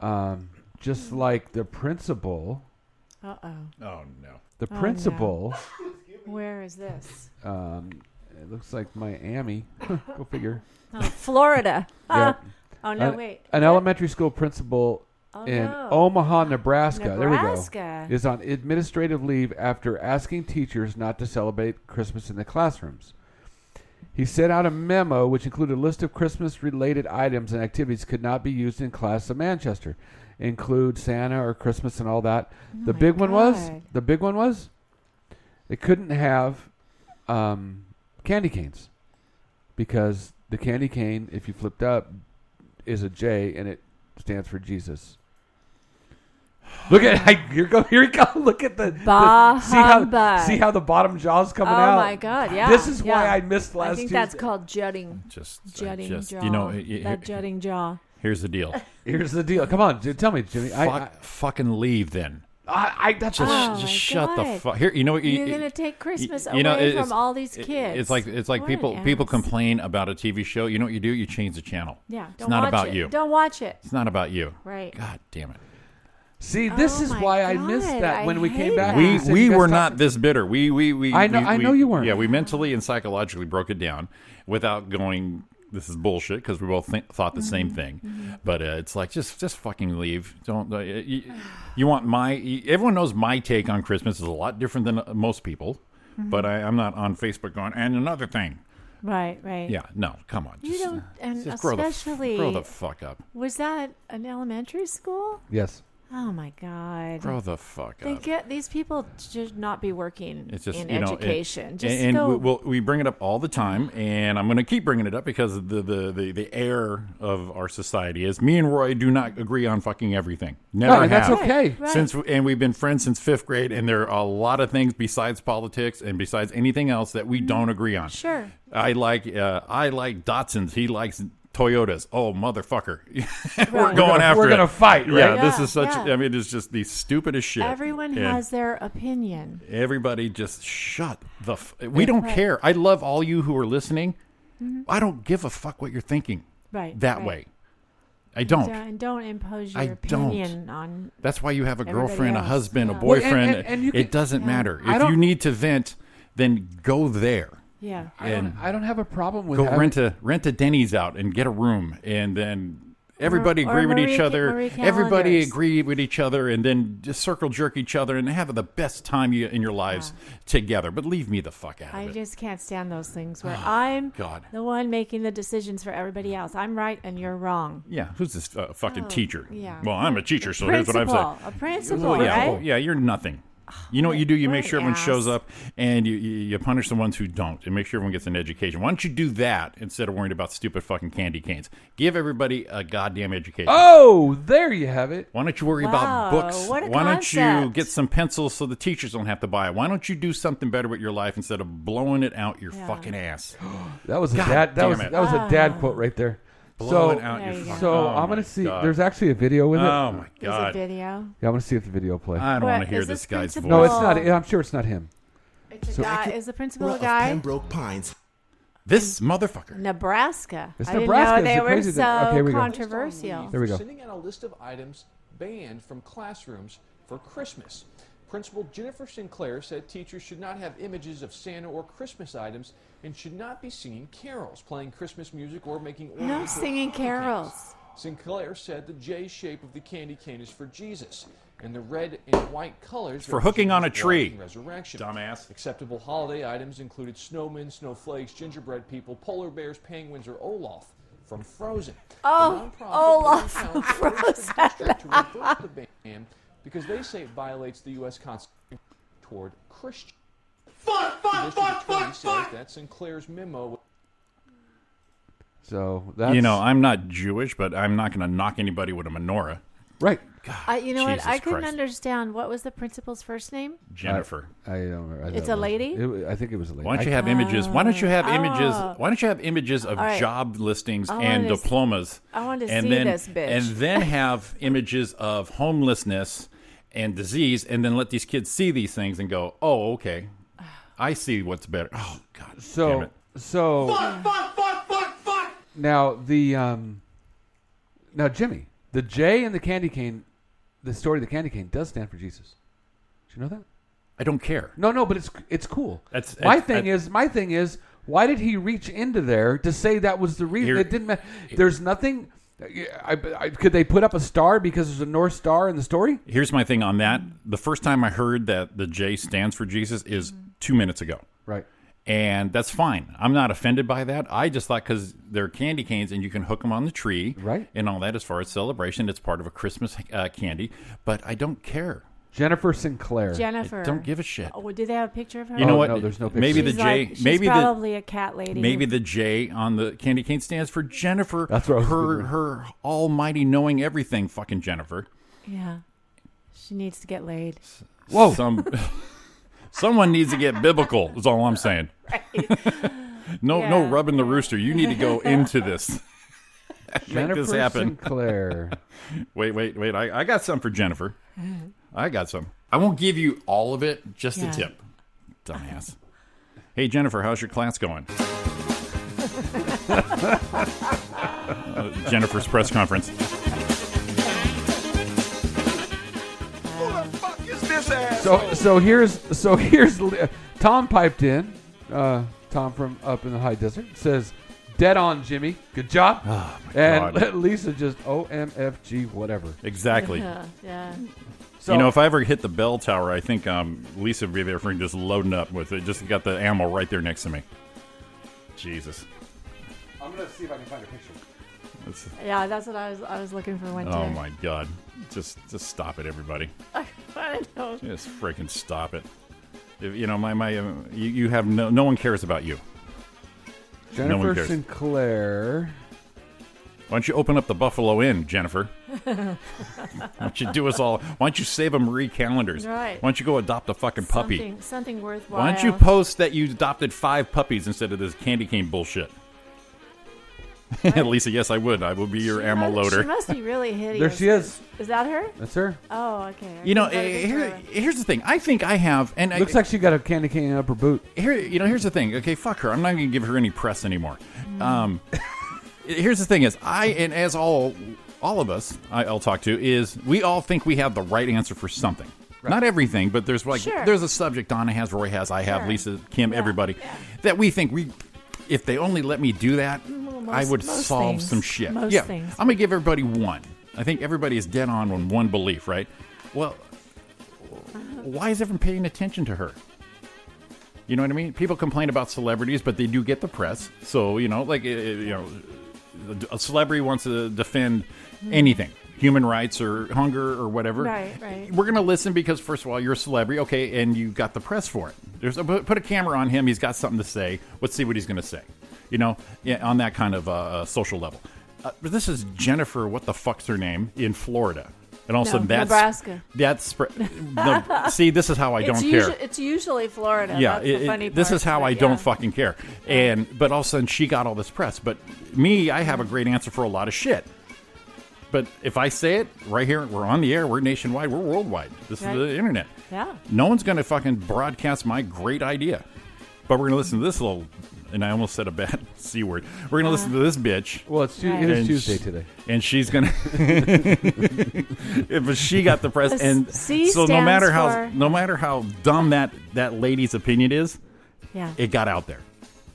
um,
Mm.
just like the principal.
Uh oh,
oh no.
The
no.
principal.
where is this?
um, it looks like Miami. go figure.
Oh, Florida.
Yeah. Uh,
Oh no,
An-
wait.
An elementary school principal
Oh,
in
no.
Omaha, Nebraska. There
Nebraska.
we go. Is on administrative leave after asking teachers not to celebrate Christmas in the classrooms. He sent out a memo which included a list of Christmas related items and activities could not be used in class in Manchester. Include Santa or Christmas and all that. the
Oh my
big one was
God.
the big one was they couldn't have um, candy canes because the candy cane, if you flipped up, is a J and it stands for Jesus. Look at I, here go here you go. Look at the, the-
Bah
see how
humbug.
see how the bottom jaw's coming
oh
out.
my God! Yeah.
This is why
yeah.
I missed last.
I think that's
Tuesday.
called jutting.
Just, I
Jutting
just
jaw.
you know, it- it-
that jutting jaw.
here's the deal.
Here's the deal. Come on, dude, tell me, Jimmy. I, I,
Fuck, fucking leave then.
I, I that's
Just,
Oh
just
my
shut the
God.
fuck. Here, you know what?
You're
it-
gonna take Christmas
y- you know,
away
it's-
from all these
it-
kids.
It's like it's like
What an
people people
ass.
complain about a TV show. You know what you do? You change the channel.
Yeah, don't
it's not
watch
about
it.
you.
Don't watch it.
It's not about you.
Right.
God damn it.
see, this
Oh
is
my
why I missed
God,
that when
I
we came
hate
back.
that.
and
We
said,
we
"You guys
were
talk
not
to-"
this bitter. We we we.
I know-
we-
I
we-
know you weren't.
Yeah, we mentally and psychologically broke it down without going. This is bullshit because we both th- thought the
Mm-hmm.
same thing. But uh, it's like just just fucking leave. Don't uh, you, you want my? You, everyone knows my take on Christmas is a lot different than uh, most people.
Mm-hmm.
But I, I'm not on Facebook going and another thing.
Right, right.
Yeah, no, come on.
You
just, uh,
don't, and
just grow the, f-
especially
grow the fuck up.
was that an elementary school?
Yes.
Oh my God!
Grow the fuck
They
up.
get these people should not be working
It's just
in
you know, it-
education. just
and, and
go.
we, we'll, we bring it up all the time, and I'm going to keep bringing it up because the the, the the air of our society is me and Roy do not agree on fucking everything. Never
and that's
have.
okay. Right,
right.
Since and we've been friends since fifth grade, and there are a lot of things besides politics and besides anything else that we don't agree on.
Mm-hmm. Sure.
I like uh, I like Datsuns. He likes Toyotas. Oh motherfucker, we're
Right.
going after.
we're
it.
gonna fight,
Yeah,
right?
this
Yeah,
is such.
yeah.
I mean, it's just the stupidest shit.
Everyone
And-
has their opinion.
Everybody just shut the. F- we don't care. I love all you who are listening. I don't give a fuck what you're thinking.
Right,
That
right.
way. I don't.
And don't impose your
I don't.
opinion on.
That's why you have a
Everybody
girlfriend, a
else,
husband,
yeah.
a
Well,
and-
boyfriend.
and- and you
it
can-
doesn't matter.
I
If you
don't-
need to vent, then go there.
Yeah.
I don't, I don't have a problem with
Go
having-
rent a rent a Denny's out and get a room, and then everybody
or
agree with
Marie
each
Ca-
other.
Marie
Everybody
Callender's.
agree with each other, and then just circle jerk each other and have the best time you, in your lives together. But leave me the fuck out
I
of it. Ah,
just can't stand those things where I'm
God.
the one making the decisions for everybody else. I'm right and you're wrong.
Yeah, who's this uh, fucking teacher?
Oh, yeah.
Well, I'm a teacher, so here's what I'm saying.
Principal, A principal,
Well, yeah,
right? Oh,
yeah, you're nothing. You know what you do? You
what
make
an
sure everyone
ass.
shows up, and you, you you punish the ones who don't, and make sure everyone gets an education. Why don't you do that instead of worrying about stupid fucking candy canes? Give everybody a goddamn education.
Oh, there you have it.
Why don't you worry about
Wow,
books?
what a
Why don't you
concept.
get some pencils so the teachers don't have to buy it? Why don't you do something better with your life instead of blowing it out your
Yeah.
fucking ass?
That was a
God
dad. That
damn
was
it.
that was a dad
Oh.
quote right there.
Blowing
so,
out
There
your
you
fucking.
go.
so
oh
I'm
my
gonna see.
God.
There's actually a video with it.
Oh my
There's a
god!
video.
Yeah, I'm gonna see if the video plays.
I don't
What,
want to hear
is
this
this
guy's voice.
principal?
no, it's not.
Oh.
I'm sure it's not him.
It's a
So-
guy. Is the principal a guy?
Pembroke Pines.
This motherfucker.
Nebrabraska.
It's
I didn't
Nebraska.
know
It's
they
the
were
crazy thing.
so
Okay, here we go.
controversial.
There we go.
Sending out a list of items banned from classrooms for Christmas. Principal Jennifer Sinclair said teachers should not have images of Santa or Christmas items and should not be singing carols, playing Christmas music, or making
No
ornaments or
singing
candy canes.
carols.
Sinclair said the J shape of the candy cane is for Jesus, and the red and white colors
for hooking
represent
on a
his life
tree.
and Resurrection.
Dumbass.
Acceptable holiday items included snowmen, snowflakes, gingerbread people, polar bears, penguins, or Olaf from Frozen.
Oh,
The nonprofit
Olaf
Urban
from
Council urged the
Frozen.
district to reverse the ban because they say it violates the U.S. Constitution. toward Christian. Fuck, fuck, fuck, fuck, fuck! That Sinclair's memo.
So that's
you know, I'm not Jewish, but I'm not going to knock anybody with a menorah.
right.
I, you know
Jesus
what? I couldn't
Christ.
understand what was the principal's first name.
Jennifer.
I, I don't remember. I
It's
don't know.
a lady?
It wa- I think it was a lady.
Why don't you
I-
have images? Why don't you have images?
Oh.
Why don't you have images of
All right.
job listings
I
and
wanna s-
diplomas?
I wanna
and
see
then,
this bitch.
And then have images of homelessness and disease, and then let these kids see these things and go, "Oh, okay, I see what's better." Oh God, damn
So
it.
so Now the um now Jimmy, the J in the candy cane, the story of the candy cane does stand for Jesus. Did you know that?
I don't care.
No, no, but it's it's cool.
That's-
my
that's-
thing.
I-
is my thing is why did he reach into there to say that was the reason?
Here-
it didn't matter. There's nothing. I, I, could they put up a star because there's a North Star in the story?
Here's my thing on that. The first time I heard that the J stands for Jesus is
Mm-hmm.
two minutes ago.
Right.
and that's fine. I'm not offended by that. I just thought because they're candy canes and you can hook them on the tree,
Right.
And all that as far as celebration, it's part of a Christmas uh, candy. But I don't care.
Jennifer Sinclair.
Jennifer.
don't give a shit.
Oh, do they have a picture of her?
You know
Oh,
what?
no, there's no picture.
Maybe the
She's
J.
like- she's
maybe
probably
the
a cat lady.
maybe the J on the candy cane stands for Jennifer.
That's what I was
her
thinking.
her almighty knowing everything. Fucking Jennifer.
Yeah. She needs to get laid.
Whoa. Some, someone needs to get biblical. Is all I'm saying. no no
Yeah.
rubbing the rooster. You need to go into this.
Jennifer
this happen.
Sinclair.
Wait, wait, wait. I, I got some for Jennifer. I got some. I won't give you all of it, just
Yeah.
a tip. Dumbass. hey, Jennifer, how's your class going? Uh, Jennifer's press conference.
So so here's so here's li- Tom piped in. Uh, Tom from up in the high desert says, "Dead on, Jimmy. Good job." and
Ah, God.
Lisa just OMFG whatever.
Exactly.
Yeah. yeah.
So
you know, if I ever hit the bell tower, I think um, Lisa would be there for just loading up with it. Just got the ammo right there next to me. Jesus.
I'm gonna see if I can find a picture.
That's-
Yeah, that's what I was I was looking for one
oh
too.
my God. Just, just stop it, everybody.
I know.
Just freaking stop it. If, you know, my my, uh, you, you have no no one cares about you. No one
Jennifer
cares.
Sinclair.
Why don't you open up the Buffalo Inn, Jennifer? why don't you do us all? Why don't you save a Marie calendars?
Right.
Why don't you go adopt a fucking puppy?
Something, something worthwhile.
Why don't you post that you adopted five puppies instead of this candy cane bullshit? Lisa, yes, I would. I would be your
She
ammo
must-
loader.
She must be really hideous.
There she is.
Is that her?
That's her.
Oh, okay.
You know,
Is that a
eh,
picture
here,
of her?
here's the thing. I think I have, and
Looks
I,
like she got a candy cane up her boot.
here you know here's the thing okay fuck her i'm not gonna give her any press anymore um here's the thing is i and as all all of us I, i'll talk to is we all think we have the right answer for something Not everything, but there's like
Sure.
there's a subject Donna has, Roy has, I have,
Sure.
Lisa, Kim, everybody, that we think we, if they only let me do that,
Mm, Well,
I
most-
would
most
solve
things.
some shit.
Most
yeah,
things.
I'm gonna give everybody one. I think everybody is dead on on one belief, right? Well,
Uh-huh.
why is everyone paying attention to her? You know what I mean? People complain about celebrities, but they do get the press. So you know, like uh, you know, a celebrity wants to defend anything, human rights or hunger or whatever.
Hmm. Right, right.
We're gonna listen because first of all, you're a celebrity, okay, and you got the press for it. There's a, put a camera on him; he's got something to say. Let's see what he's gonna say. You know, yeah, on that kind of uh, uh, social level. Uh, but this is Jennifer. What the fuck's her name in Florida? And all of a
No,
sudden, that's
Nebraska.
That's no, see, this is how I
it's
don't
usually,
care
It's usually Florida.
yeah,
That's the
it- it-
funny
this
part,
is how
but
I
yeah.
don't fucking care. And but all of a sudden she got all this press. But me, I have a great answer for a lot of shit. But if I say it right here, we're on the air, we're nationwide, we're worldwide. This
Right.
is the internet.
Yeah.
No one's gonna fucking broadcast my great idea. But we're gonna listen to this little, and I almost said a bad c word. We're gonna listen to
Uh-huh.
this bitch.
Well, it's Tu-
Right.
it is
and
Tuesday
sh-
today.
and she's gonna. if she got the press,
S-
and
C
so no
stands
matter how
for-
no matter how dumb that that lady's opinion is,
Yeah.
it got out there.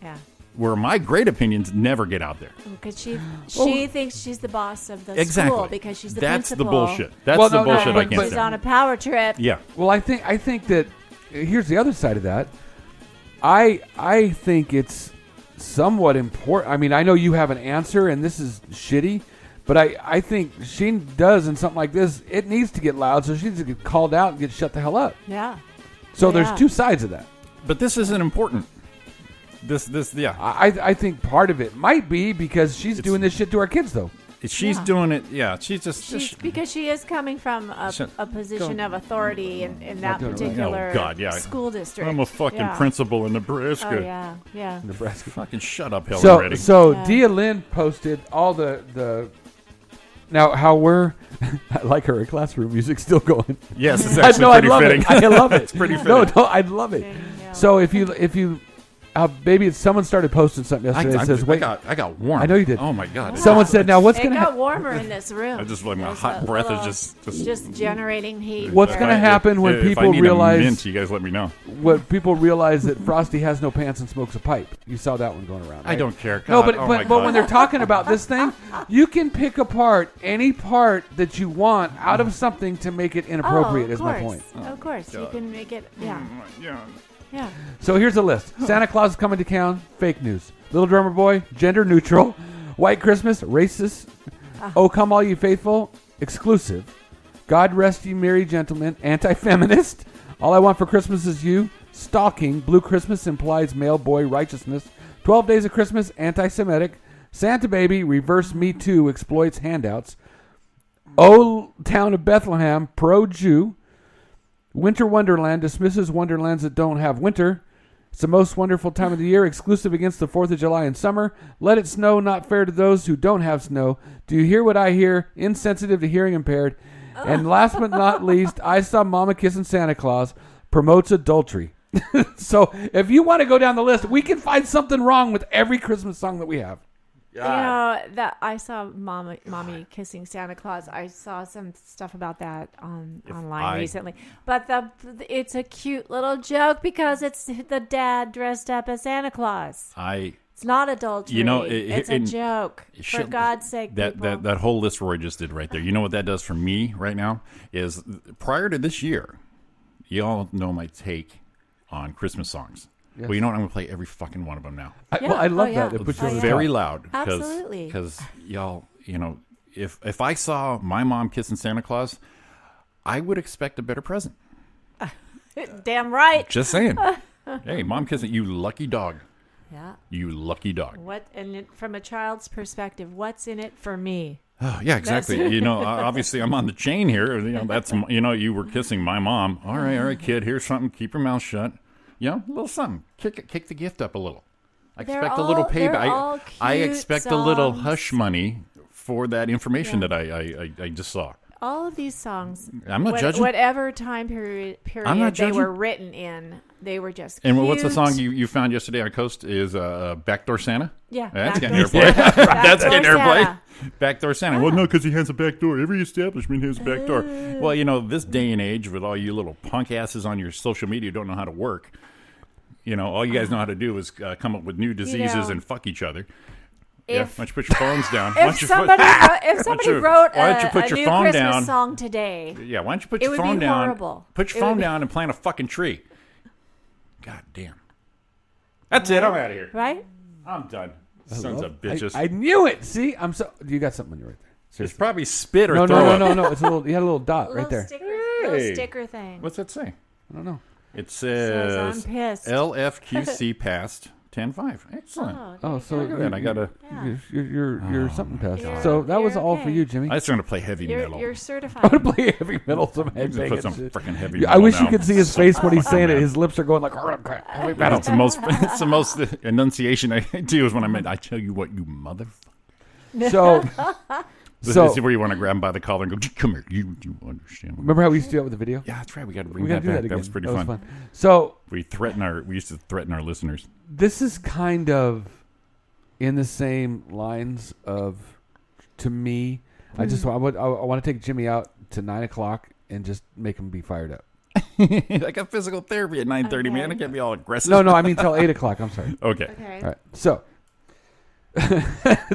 yeah.
Where my great opinions never get out there.
Because she she thinks she's the boss of the school
Oh. exactly.
because she's the
That's
principal.
the bullshit. That's
Well,
the
no, no,
bullshit
but-
I can't
She's
stand.
on a power trip.
yeah.
Well, I think I think that here's the other side of that. I I think it's somewhat important. I mean, I know you have an answer, and this is shitty, but I I think she does in something like this. It needs to get loud, so she needs to get called out and get shut the hell up.
Yeah.
So there's two sides of that.
But this isn't important. This, this, yeah.
Uh,
I, I think part of it might be because she's doing this shit to our kids, though.
She's
Yeah.
doing it. Yeah, she's just.
She's, because she is coming from a,
Shut-
a position
go.
of authority in, in that
doing it right.
particular
Oh, God, yeah.
school district.
I'm a fucking
Yeah.
principal in Nebraska.
Oh, yeah, yeah.
Nebraska. Fucking shut up, Hillary.
so
Reddy.
so
Yeah.
Dia Lynn posted all the the now how we're I like her classroom music still going.
Yes, it's
I
actually
know,
pretty
I love
fitting.
It. I love it.
It's pretty
No,
fitting.
no, I love it. So if you if you uh, maybe it's someone started posting something
I,
yesterday
I-
that says
I
wait
got, I got warm.
I know you did.
Oh my god!
Someone said now what's
it
going to
got
happen?
warmer in this room.
I just like my
There's
hot
a
breath is
little-
just- just-
generating heat.
What's
there.
gonna
If I-
happen when
if I
people
need a
realize-
mint, you guys let me know.
what people realize that Frosty has no pants and smokes a pipe. You saw that one going around.
I
right?
don't care.
No,
God.
but
Oh my
but, but
God.
when they're talking about this thing, you can pick apart any part that you want out of something to make it
Oh, of
inappropriate. is my
course.
point.
Of course, you
God. Mm-hmm.
can make it. Yeah,
Yeah.
yeah.
So here's a list: Santa Claus is coming to town. Fake news. Little Drummer Boy. Gender neutral. White Christmas. Racist. Oh, come all you faithful. Exclusive. God rest you merry gentlemen. Anti-feminist. All I want for Christmas is you. Stalking. Blue Christmas implies male boy righteousness. Twelve Days of Christmas. Anti-Semitic. Santa Baby. Reverse Me Too. Exploits handouts. O Town of Bethlehem. Pro Jew. Winter Wonderland dismisses Wonderlands that don't have winter. It's the most wonderful time of the year, exclusive against the 4th of July and summer. Let it snow, not fair to those who don't have snow. Do you hear what I hear? Insensitive to hearing impaired. And last but not least, I saw Mama kissing Santa Claus promotes adultery. so if you want to go down the list, we can find something wrong with every Christmas song that we have.
You know that I saw mama, mommy kissing Santa Claus. I saw some stuff about that on online
I-
recently. But the it's a cute little joke because it's the dad dressed up as Santa Claus.
I
It's not adultery.
You know, it-
it's a
it-
joke. For
Shit,
God's sake,
that,
people.
that that whole list Roy just did right there. You know what that does for me right now is prior to this year, you all know my take on Christmas songs. Well, you know what? I'm gonna play every fucking one of them now.
I,
Yeah.
well, I love
Oh, yeah.
that. It puts you
Oh,
on the
yeah.
very
top.
loud.
Absolutely.
Because y'all, you know, if if I saw my mom kissing Santa Claus, I would expect a better present.
Damn right.
Just saying. hey, mom kissing you, lucky dog.
Yeah.
You lucky dog.
What and it, from a child's perspective, what's in it for me?
Oh, yeah, exactly. you know, o- obviously, I'm on the chain here. You know, that's m- you know, you were kissing my mom. All right, all right, kid. Here's something. Keep your mouth shut. You know, a little something. Kick it, kick the gift up a little. I
They're
expect a little
all- they're
payback. I,
all
I
cute
expect a little
songs.
hush money for that information that I, I, I, I just saw.
All of these songs,
I'm not judging.
Whatever time period, period
I'm not
they were
judging.
written in, they were just.
And what's the
cute.
song you, you found yesterday on Coast? Is uh, Backdoor Santa?
Yeah,
That's getting
Backdoor
airplay.
Santa.
That's
Backdoor
getting airplay.
Santa. Ah.
Backdoor Santa. Well, no, because he has a back door. Every establishment has a back door. Well, you know, this day and age with all you little punk asses on your social media who don't know how to work, you know, all you guys know how to do is uh, come up with new diseases
know,
and fuck each other. yeah. Why
If,
don't you put your phones down? Why
if
don't you put-
somebody wrote, if
don't
somebody
you-
wrote
why don't you
a,
put
a
your
new
phone
Christmas
down?
song today,
yeah, why don't you put
It
your
would
phone
be
down?
horrible.
Put your
It
phone
would be-
down and plant a fucking tree. God damn. That's it. I'm out of here.
right?
I'm done. Sons
Love-
of bitches.
I, I knew it. See, I'm so. You got something on you right there.
it's
Seriously.
probably spit or
No,
throw
no,
up.
no, no, no. It's a little. You had a little dot right
little
there.
Sticker, little
Hey.
sticker thing.
What's that say?
I don't know.
It
I'm
says
pissed.
LFQC passed 10.5. Excellent.
Oh,
Oh, so
Look at that. I got to.
yeah.
You're you're, you're something past.
God.
So that was
You're
all
okay.
for you, Jimmy.
Oh I just want to play heavy metal.
You're, you're
I'm
certified.
gonna play heavy metal some
I'm gonna put some
headbanging. shit.
freaking heavy.
Yeah,
metal
I wish
now.
you could see his
So
face when he's
fucking
saying it.
mad.
His lips are going like heavy metal.
It's the most. It's the most enunciation I do is when I meant. I tell you what, you motherfucker.
So,
This
so
is where you want to grab him by the collar and go, "Gee, "Come here, you, you understand?" What
remember how we used to do that with the video?
yeah, that's right. We got to bring
we gotta
that
do that
back.
again.
That was pretty fun.
So
We threaten our. We used to threaten our listeners.
this is kind of in the same lines of to me. I
Hmm.
just I would I, want to take Jimmy out to nine o'clock and just make him be fired up.
I got physical therapy at nine thirty, man. I can't be all aggressive.
No, no, I mean till eight o'clock. I'm sorry.
Okay.
Okay.
All right. So,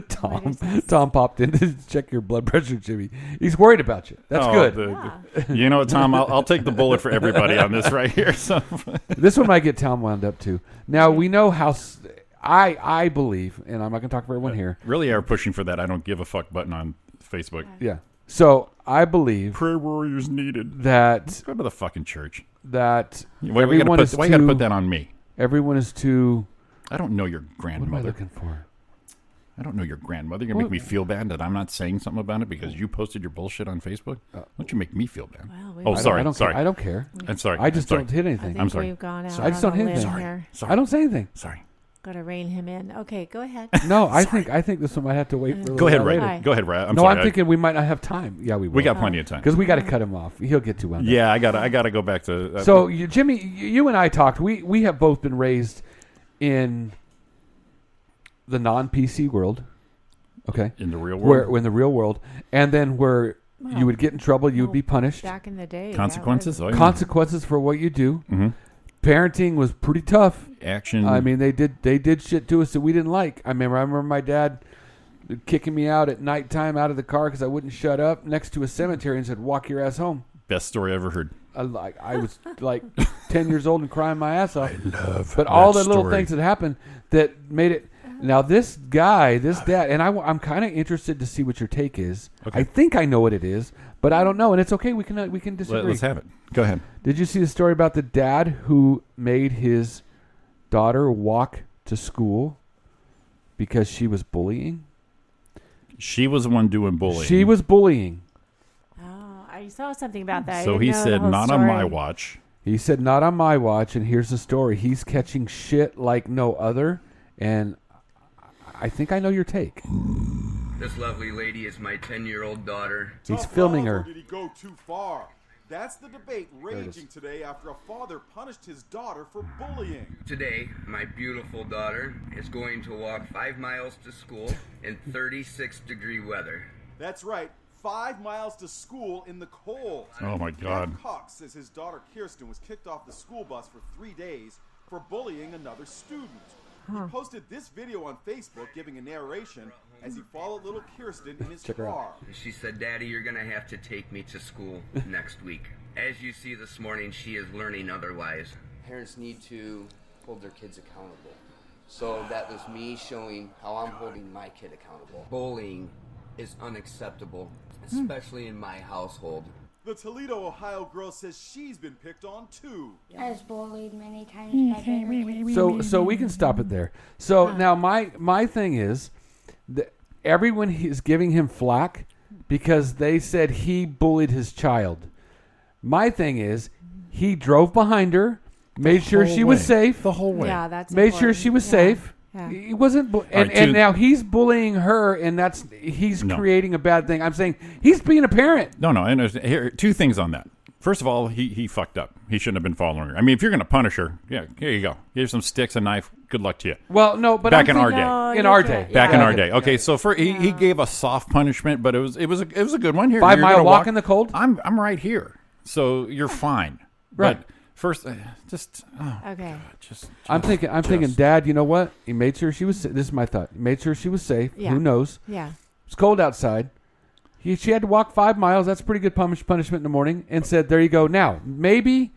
Tom, Tom popped in to check your blood pressure, Jimmy. He's worried about you. That's
Oh,
good.
the- You know what, Tom? I'll, I'll take the bullet for everybody on this right here. So
this one might get Tom wound up too. Now we know how. s- I I believe, and I'm not going to talk for everyone here.
really are pushing for that. I don't give a fuck button on Facebook.
Yeah. So I believe
prayer warriors needed
that
go to the fucking church.
That
Why- why you gotta
everyone
put-
is
why you gotta
too-
put that on me?
Everyone is too.
I don't know your grandmother.
looking for?
I don't know your grandmother. You're gonna
What?
make me feel bad that I'm not saying something about it because you posted your bullshit on Facebook. Why don't you make me feel bad?
Well, we-
oh,
I don't-
sorry.
Uh, I don't
sorry.
care. I don't care.
I'm sorry.
I just
I'm sorry.
don't hit anything. I
think
I'm sorry.
we've gone out
Sorry.
I just don't
on a
hit
limb
anything.
here.
Sorry.
I don't say anything.
Sorry.
Gotta rein him in. Okay, go ahead.
No, I think I think this one might have to wait. For a
Go
little
ahead,
while
Ray.
later.
Go ahead, Ray. I'm
no,
sorry.
I'm thinking we might not have time. Yeah, we will.
We got plenty of time.
because we got to cut him off. He'll get too wound up.
Yeah, I gotta. I gotta go back to. uh,
So you, Jimmy, you you and I talked. We we have both been raised in the non PC world. Okay,
in the real
where
world.
in the real world, and then where you would get in trouble, you would be punished.
Back in the day. that
Consequences?
was-
Oh, yeah.
Consequences for what you do.
Mhm.
Parenting was pretty tough.
Action.
I mean, they did they did shit to us that we didn't like. I mean, I remember my dad kicking me out at nighttime out of the car because I wouldn't shut up next to a cemetery and said, "Walk your ass home."
best story I ever heard.
I like I was like ten years old and crying my ass off.
love
but all the
that
little
story.
things that happened that made it. Now this guy, this dad, and I, am kind of interested to see what your take is. I think I know what it is, but I don't know, and it's okay. We can uh, we can disagree.
Let, us have it. Go ahead.
Did you see the story about the dad who made his daughter walk to school because she was bullying?
She was the one doing bullying.
She was bullying.
Oh, I saw something about that. I
So
didn't
he
know the
said,
whole
"Not on my
story."
watch."
He said, "Not on my watch." And here's the story: He's catching shit like no other, and I think I know your take.
This lovely lady is my 10 year old daughter.
He's filming her.
Did he go too far? That's the debate raging today after a father punished his daughter for bullying.
Today, my beautiful daughter is going to walk five miles to school in 36 degree weather.
That's right, five miles to school in the cold.
Oh, my God.
Dad Cox says his daughter Kirsten was kicked off the school bus for three days for bullying another student.
Huh.
He posted this video on Facebook giving a narration as he followed little Kirsten in his
Check
her
car.
She said, Daddy, you're going to have to take me to school next week. As you see this morning, she is learning otherwise.
parents need to hold their kids accountable. So that was me showing how I'm holding my kid accountable.
Bullying is unacceptable, especially in my household.
The Toledo, Ohio girl says she's been picked on too.
I was bullied many times by different
So, so we can stop it there. So now my my thing is, that everyone is giving him flack because they said he bullied his child. My thing is, he drove behind her, made sure
whole
she was
way.
safe the
whole
way. Yeah, that's
made sure
important.
she was
Yeah.
safe.
Yeah.
He wasn't, bu- and,
right,
and
two-
now he's bullying her, and that's he's creating a bad thing. I'm saying he's being a parent.
No, no. And there's- here, two things on that. First of all, he he fucked up. He shouldn't have been following her. I mean, if you're gonna punish her, yeah, here you go. Here's some sticks, a knife. Good luck to you.
Well, no, but
back in
I'm
our
thinking- No,
day,
In you our can't. day.
back in
Yeah.
our day. Okay, so for he, he gave a soft punishment, but it was it was a, it was a good one. Here,
Five
you're
mile
gonna
walk in the cold.
I'm I'm right here, so you're fine.
Right.
But first, uh, just oh,
Okay.
just
I'm thinking. I'm thinking, Dad. You know what? He made sure she was. sa- This is my thought. He made sure she was safe.
Yeah.
Who knows?
Yeah.
It's cold outside. He, she had to walk five miles. That's pretty good punish, punishment in the morning. And said, "There you go." Now maybe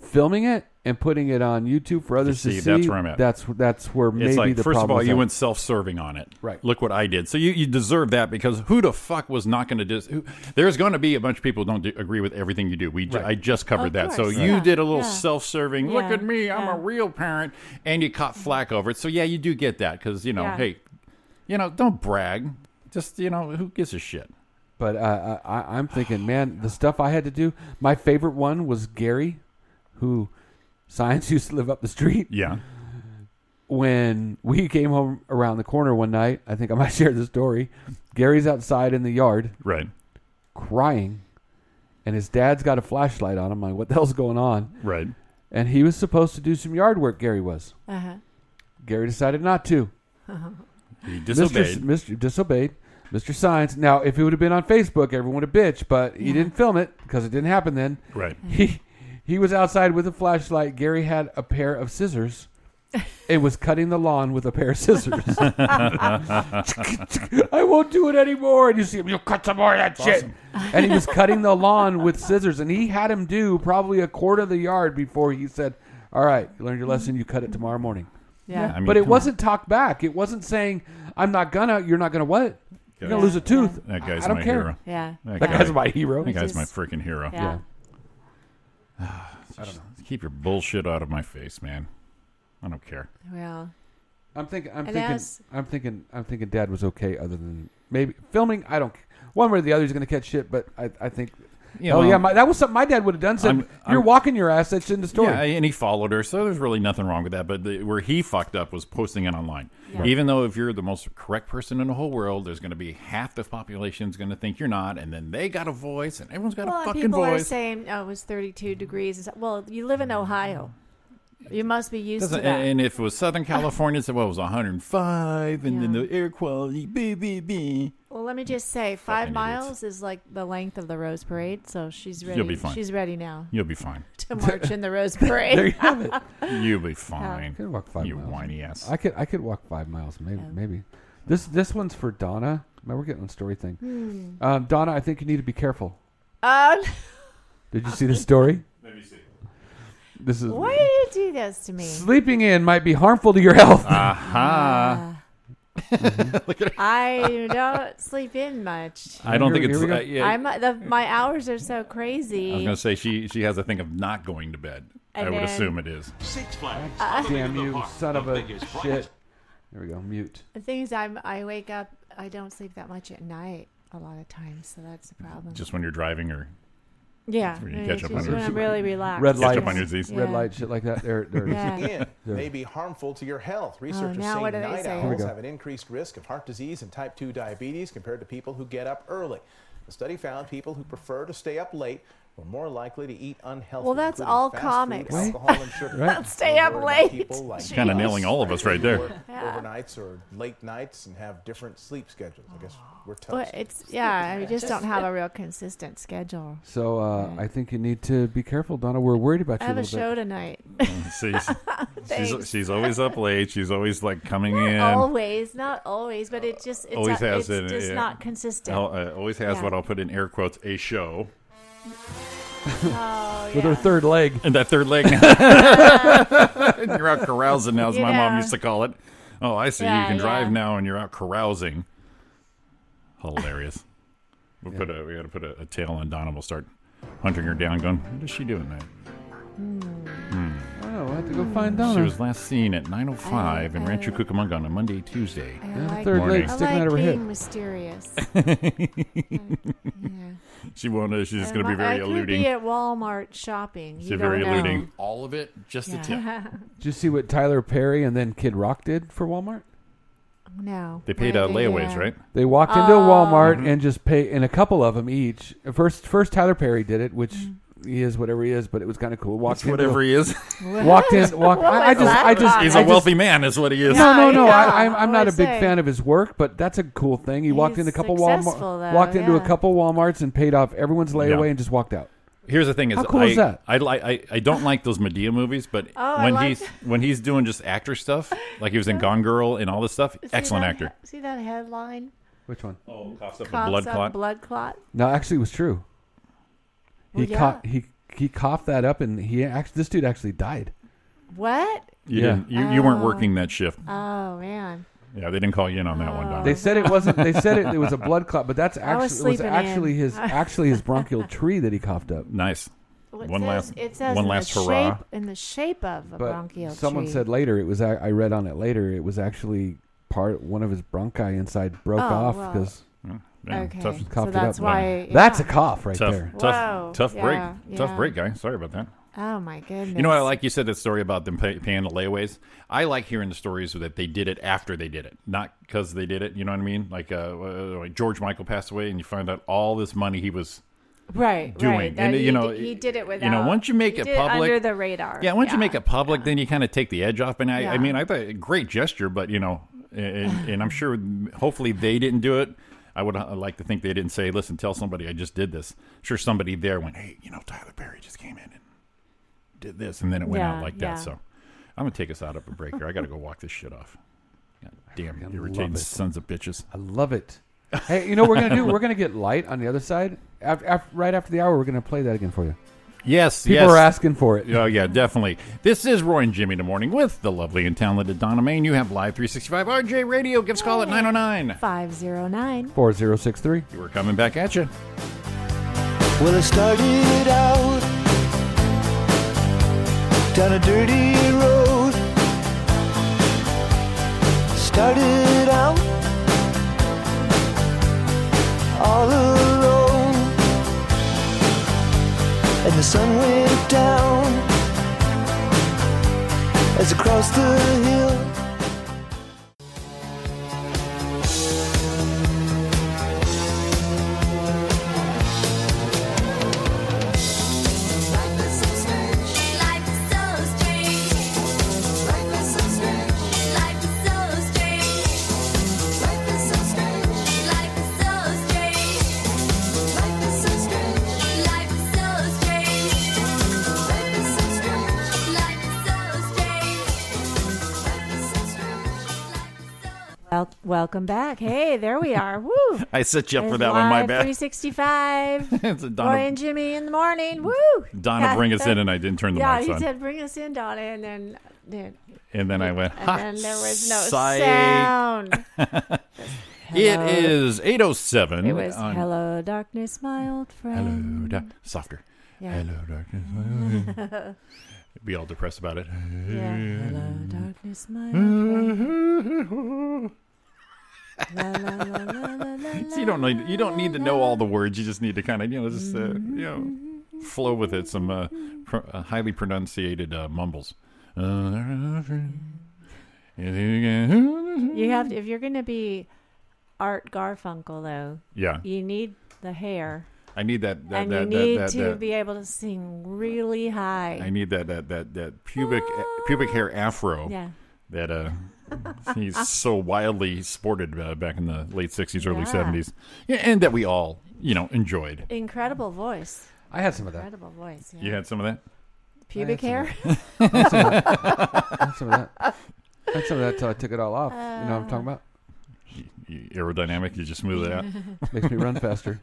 filming it and putting it on YouTube for others to
see,
see.
that's where I'm at.
That's that's where maybe
it's like
the
first of all,
problem's
you
at.
went self-serving on it.
Right.
Look what I did. So you, you deserve that because who the fuck was not going to dis? Who, there's going to be a bunch of people who don't do, agree with everything you do. We ju-
Right.
I just covered
Of
that. So
course,
you
yeah,
did a little
yeah.
self-serving. Look
Yeah,
at me, I'm a real parent, and you caught flack over it. So yeah, you do get that because you know,
Yeah.
hey, you know, don't brag. Just you know, who gives a shit?
But uh, I, I- I'm thinking, man, the stuff I had to do. My favorite one was Gary, who science used to live up the street.
Yeah.
When we came home around the corner one night, I think I might share the story. Gary's outside in the yard,
right,
crying, and his dad's got a flashlight on him. Like, what the hell's going on?
Right.
And he was supposed to do some yard work. Gary was.
Uh-huh.
Gary decided not to.
He disobeyed.
Mr. Mr. Disobeyed. Mr. Science. Now, if it would have been on Facebook, everyone would have bitched, but he didn't film it because it didn't happen then.
Right.
He he was outside with a flashlight. Gary had a pair of scissors and was cutting the lawn with a pair of scissors. I won't do it anymore. And you see him, you'll cut some more of that
That's
shit.
awesome.
And he was cutting the lawn with scissors, and he had him do probably a quarter of the yard before he said, All right, you learned your lesson, you cut it tomorrow morning.
Yeah. Yeah, I mean,
but it
come
wasn't talk back. It wasn't saying, I'm not gonna, you're not gonna what? You're gonna lose a tooth.
That guy's
I don't
my
care.
hero.
Yeah.
That guy's my hero.
That guy's
Just-
my freaking hero.
Yeah.
I don't know. Keep your bullshit out of my face, man. I don't care.
Well,
I'm thinking. I'm
And
thinking.
as-
I'm thinking. I'm thinking. Dad was okay, other than maybe filming. I don't. One way or the other, he's going to catch shit. But I, I think.
Yeah,
oh
well-
yeah, my, that was something my dad would have done. Said,
I'm-
"You're
I'm-
walking your ass." That's in the story.
Yeah, and he followed her, so there's really nothing wrong with that. But the, where he fucked up was posting it online.
Yeah. Right.
Even though if you're the most correct person in the whole world, there's going to be half the population's going to think you're not, and then they got a voice, and everyone's got
well,
a
and
fucking
people are
voice.
saying, "Oh, it was 32 degrees." and so- Well, you live in Ohio. You must be used
Doesn't-
to that.
and if it was Southern California, it's what was 105, and then the air quality, bee, bee, bee.
well, let me just say, five
idiots.
miles is like the length of the Rose Parade, so she's ready.
You'll be fine.
She's ready now
You'll be fine.
to march in the Rose Parade.
There you have it.
You'll be fine.
could walk five
you
miles.
whiny ass.
I could. I could walk five miles. Maybe. Maybe. This. This one's for Donna. Man, we're getting on story thing.
Hmm.
Um, Donna, I think you need to be careful.
Um,
Did you see this story?
Let me see.
This is
why do you do this to me?
sleeping in might be harmful to your health.
Ah. Aha.
Mm-hmm. I don't sleep in much.
I don't
Here-
think it's.
here we go.
Uh, yeah,
I'm the, my hours are so
I was
crazy.
going to say she she has a thing of not going to bed.
And
I would
then-
assume it is.
Six
Flags.
Uh,
Damn you, son of a shit. There we go. Mute.
The thing is, I'm I wake up. I don't sleep that much at night a lot of times, so that's the problem.
Just when you're driving or
yeah,
when you
yeah,
catch up
just
on your-
when I'm really relaxed.
Red
Catch
light.
up on your Z's.
Red
Yeah.
light. Shit like that. There. There. it
Yeah. Uh,
is.
Again,
There.
may be harmful to your health. Researchers
now what
saying
do they
night
say? Here we
owls
go.
have an increased risk of heart disease and type 2 diabetes compared to people who get up early. The study found people who prefer to stay up late were more likely to eat unhealthy.
Well, that's
including
all
fast
comics.
Food,
Right.
alcohol and sugar.
Right.
We're
Stay up
worried about
late.
people like
It's kinda
us,
nailing all of us right there.
work
Yeah.
Overnights or late nights and have different sleep schedules. I guess we're
Well,
toast.
it's yeah. I just don't have a real consistent schedule.
So uh, I think you need to be careful, Donna. We're worried about
I
you
have
a
a
little
show
bit.
tonight.
she's, she's
Thanks.
she's always up late. She's always like coming in.
always, not always, but it just it's
always
a-
has
it's
an-
just
yeah.
not consistent.
Al- uh, always has
Yeah.
what I'll put in air quotes a show uh,
Oh,
With her third leg.
and that third leg. you're out carousing now, as
You
my mom
know.
used to call it. Oh, I see.
Yeah,
you can drive
yeah.
now, and you're out carousing. Hilarious. we will put a we got to put a, a tail on Donna. We'll start hunting her down. Going, what is she doing there?
Oh, I have to go find Donna.
She was last seen at 9:05 in Rancho Cucamonga on a Monday, Tuesday.
I
Yeah, the
like,
third
I
leg's sticking
like
out of her
being
hip.
mysterious.
She won't. Uh, she's just going to
I-
be very
I
eluding.
Could be at Walmart shopping.
she's
you
very
don't know.
eluding. All of it, just a tip.
Yeah.
Did you see what Tyler Perry and then Kid Rock did for Walmart?
no.
They paid
Why
uh,
did
layaways,
that?
right?
They walked into a
Oh.
Walmart
Mm-hmm.
and just pay, and a couple of them each. First, first Tyler Perry did it, which
Mm.
he is whatever he is, but it was kind of cool. Walked
It's
into
whatever he is.
a- walked in, walked.
What
I, I
was
just,
that
I just,
about?
He's
a
a wealthy man, is what he is.
No, no,
Yeah,
no.
yeah,
I, I'm, I'm
I
not a
always
big
say.
fan of his work, but that's a cool thing. He walked
He's
into a couple
successful,
Walmart,
though,
walked into a
yeah.
couple WalMarts and paid off everyone's layaway
Yeah.
and just walked out.
Here's the thing: is
How cool
I,
is that?
I, li- I I don't like those Medea movies, but
Oh, I
when
like
he's when he's doing just actor stuff, like he was in Gone Girl and all this stuff,
See
excellent
that-
actor.
See that headline?
Which one?
Oh, coughs up
Coughs
a blood
up
clot.
Blood clot.
No, actually, it was true. He
Well, yeah.
caught he he coughed that up, and he actually this dude actually died.
What?
You
Yeah.
didn't. You, you weren't
Oh.
working that shift.
Oh man.
Yeah, they didn't call you in on that one,
oh.
Donna.
They said it wasn't. They said it, it was a blood clot, but that's
I was
actually it was
sleeping
actually
in.
his actually his bronchial tree that he coughed up.
nice.
Well, it
one
says-
last.
It says
one
in
last
the
hurrah.
Shape, in the shape of a bronchial
someone
tree.
said later it was. I, I read on it later. It was actually part one of his bronchi inside broke
Oh,
off
well.
because
Yeah,
okay.
tough-
so
coughed it
that's
up.
why.
That's a
yeah.
cough right
tough,
there.
Whoa,
tough, tough break.
yeah,
Tough
yeah.
break, guy. Sorry about that.
Oh my goodness.
You know what I like? You said that story about them pay, paying the layaways. I like hearing the stories that they did it after they did it, not because they did it. You know what I mean? Like, uh, uh, like George Michael passed away, and you find out all this money he was.
Right.
doing.
Right.
And,
that
you
he
know,
did- he did it without.
You know, once you make
he
it
did
public,
under the radar.
Yeah, once you make it public, then you kind of take the edge off. And I, I
Yeah.
mean, I thought great gesture, but you know, and, and I'm sure, hopefully, they didn't do it. I would uh, like to think they didn't say, "Listen, tell somebody I just did this." sure, somebody there went, "Hey, you know, Tyler Perry just came in and did this," and then it went
Yeah,
out like
yeah.
that. So, I'm gonna take us out of a break here. I got to go walk this shit off. God damn,
love
irritating
it.
sons of bitches.
I love it. Hey, you know what we're gonna do? We're gonna get light on the other side. After, right after the hour, we're gonna play that again for you.
Yes,
People
yes.
are asking for it.
Oh yeah, definitely. This is Roy and Jimmy in the morning with the lovely and talented Donna Main. You have live 365 RJ Radio. Give us a call at 909
509.
4063.
We're coming back at you.
Well, I started out down a dirty road. Started out all alone, and the sun went down as across the hill.
Well, welcome back. Hey, there we are. Woo!
I set you up for
It's
that one. My
live
bad.
365.
It's a Donna-
Roy and Jimmy in the morning. Woo!
Donna, bring us in, and I didn't turn the
yeah,
mics
you
on.
said bring us in, Donna, and then, then
And then I went.
and
Ha,
then there was no
psych."
sound.
It
Hello.
is 807.
It was
on-
hello darkness, my old
Hello,
friend.
da- softer.
Yeah.
Hello, darkness. my old- Be all depressed about it.
Yeah. Hello, darkness, my old friend. La, la, la, la, la, la,
So you don't need you don't need to know all the words. You just need to kind of you know just uh, you know
Mm-hmm.
flow with it. Some uh, pro- uh, highly pronunciated uh, mumbles. Uh,
You have to, if you're going to be Art Garfunkel though.
Yeah.
You need the hair,
I need that. that
and
that,
you
that,
need
that,
to
that.
be able to sing really
I
high.
need that that that that pubic pubic hair afro.
Ah. Yeah.
That uh, he's so wildly sported uh, back in the late '60s, early
Yeah.
'70s, yeah, and that we all you know enjoyed.
Incredible voice.
I had some of that.
Incredible voice. Yeah.
You had some of that.
Pubic
I
hair.
had some of that. I had some of that. I had some of that. I had some of that till I took it all off. you know what I'm talking about?
You- aerodynamic, you just smooth it out.
Uh.
Makes me run faster.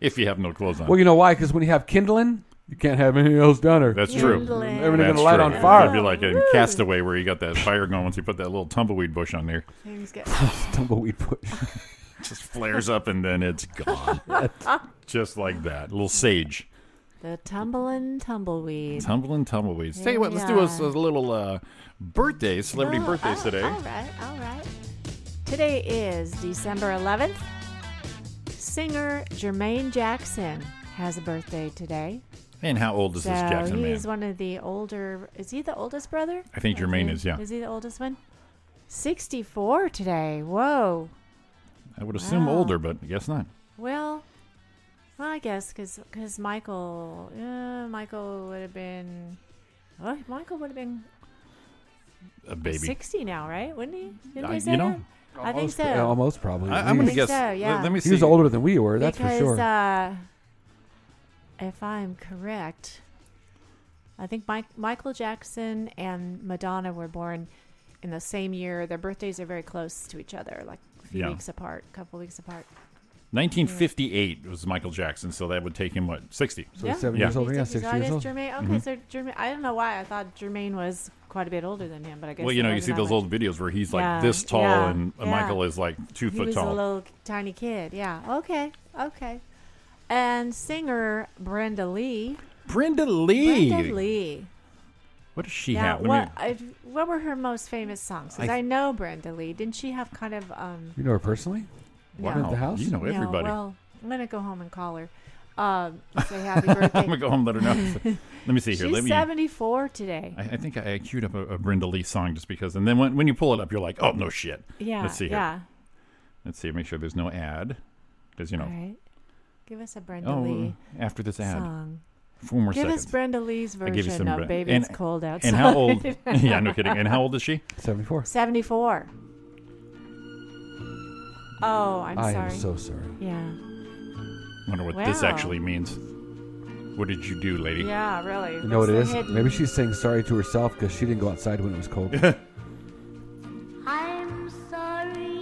if you have no clothes on.
Well, you know why? Because when you have kindling, you can't have anything else down there.
That's true.
Everything's going to
That's
light
true.
on fire.
It'd be like a castaway where you got that fire going once you put that little tumbleweed bush on there.
Things get-
tumbleweed bush.
Just flares up and then it's gone. Just like that. A little sage.
the tumbling tumbleweed.
Tumbling tumbleweeds. Tell you what, let's do a, a little uh, birthday, celebrity
Oh,
birthdays
oh,
today.
All right, all right. Today is December 11th. Singer Jermaine Jackson has a birthday today.
And how old is
so
this Jackson man?
he's one of the older. Is he the oldest brother?
I think Jermaine is, yeah.
Is he the oldest one? 64 today. Whoa.
I would assume
Wow.
older, but I guess not.
Well, well, I guess because Michael, uh, Michael would have been, oh, Michael would have been
A baby.
sixty now, right? Wouldn't he? Didn't
I-
they
Uh, you
say
know,
that? I think
Almost- yeah,
so.
Almost probably.
I- I'm gonna
I think guess- so, let- yeah. let me
He was
see.
older than we were. That's
because,
for sure.
Uh, if I'm correct, I think Mike, Michael Jackson and Madonna were born in the same year. Their birthdays are very close to each other, like a few
Yeah.
weeks apart, a couple weeks apart.
1958 was Michael Jackson, so that would take him, what, 60?
So he's Yeah. seven
years older, yeah, six
So it
years
is
old. Mm-hmm.
Jermaine. Okay,
Mhm.
so Jermaine. I don't know why I thought Jermaine was quite a bit older than him, but I guess.
Well, you
it
know, you
wasn't
see
that
those
much.
old videos where he's like
Yeah,
this tall
yeah,
and uh,
yeah.
Michael is like two
he
foot
was a
tall.
little tiny kid. Yeah. Okay. Okay. And singer Brenda Lee.
Brenda Lee.
Brenda Lee.
What does she
yeah.
have? Let
What
me-
I, What were her most famous songs? Because
I-
I, know Brenda Lee. Didn't she have kind of um?
you know her personally?
No.
At the house?
Oh, you know
no,
everybody.
well, I'm gonna go home and call her. Um, say happy birthday.
I'm gonna go home and let her know. let me see here.
She's
let me.
74 today.
I, I think I, I queued up a, a Brenda Lee song just because, and then when, when you pull it up, you're like, oh no shit.
Yeah.
Let's see here.
yeah.
Let's see. Make sure there's no ad, because you know.
All right. Give us a Brenda
Oh,
Lee.
after this ad.
song.
Four more
Give
seconds.
us Brenda Lee's
I gave you
version
some
of
Bre-
Baby
and-
It's Cold Outside.
And how old? yeah, no kidding. And how old is she?
74.
74. Oh, I'm
I
sorry.
am so sorry.
Yeah.
Wonder what this
Wow.
actually means. What did you do, lady?
Yeah, really.
You know what it
It's
is?
so hidden.
Maybe she's saying sorry to herself because she didn't go outside when it was cold.
I'm sorry.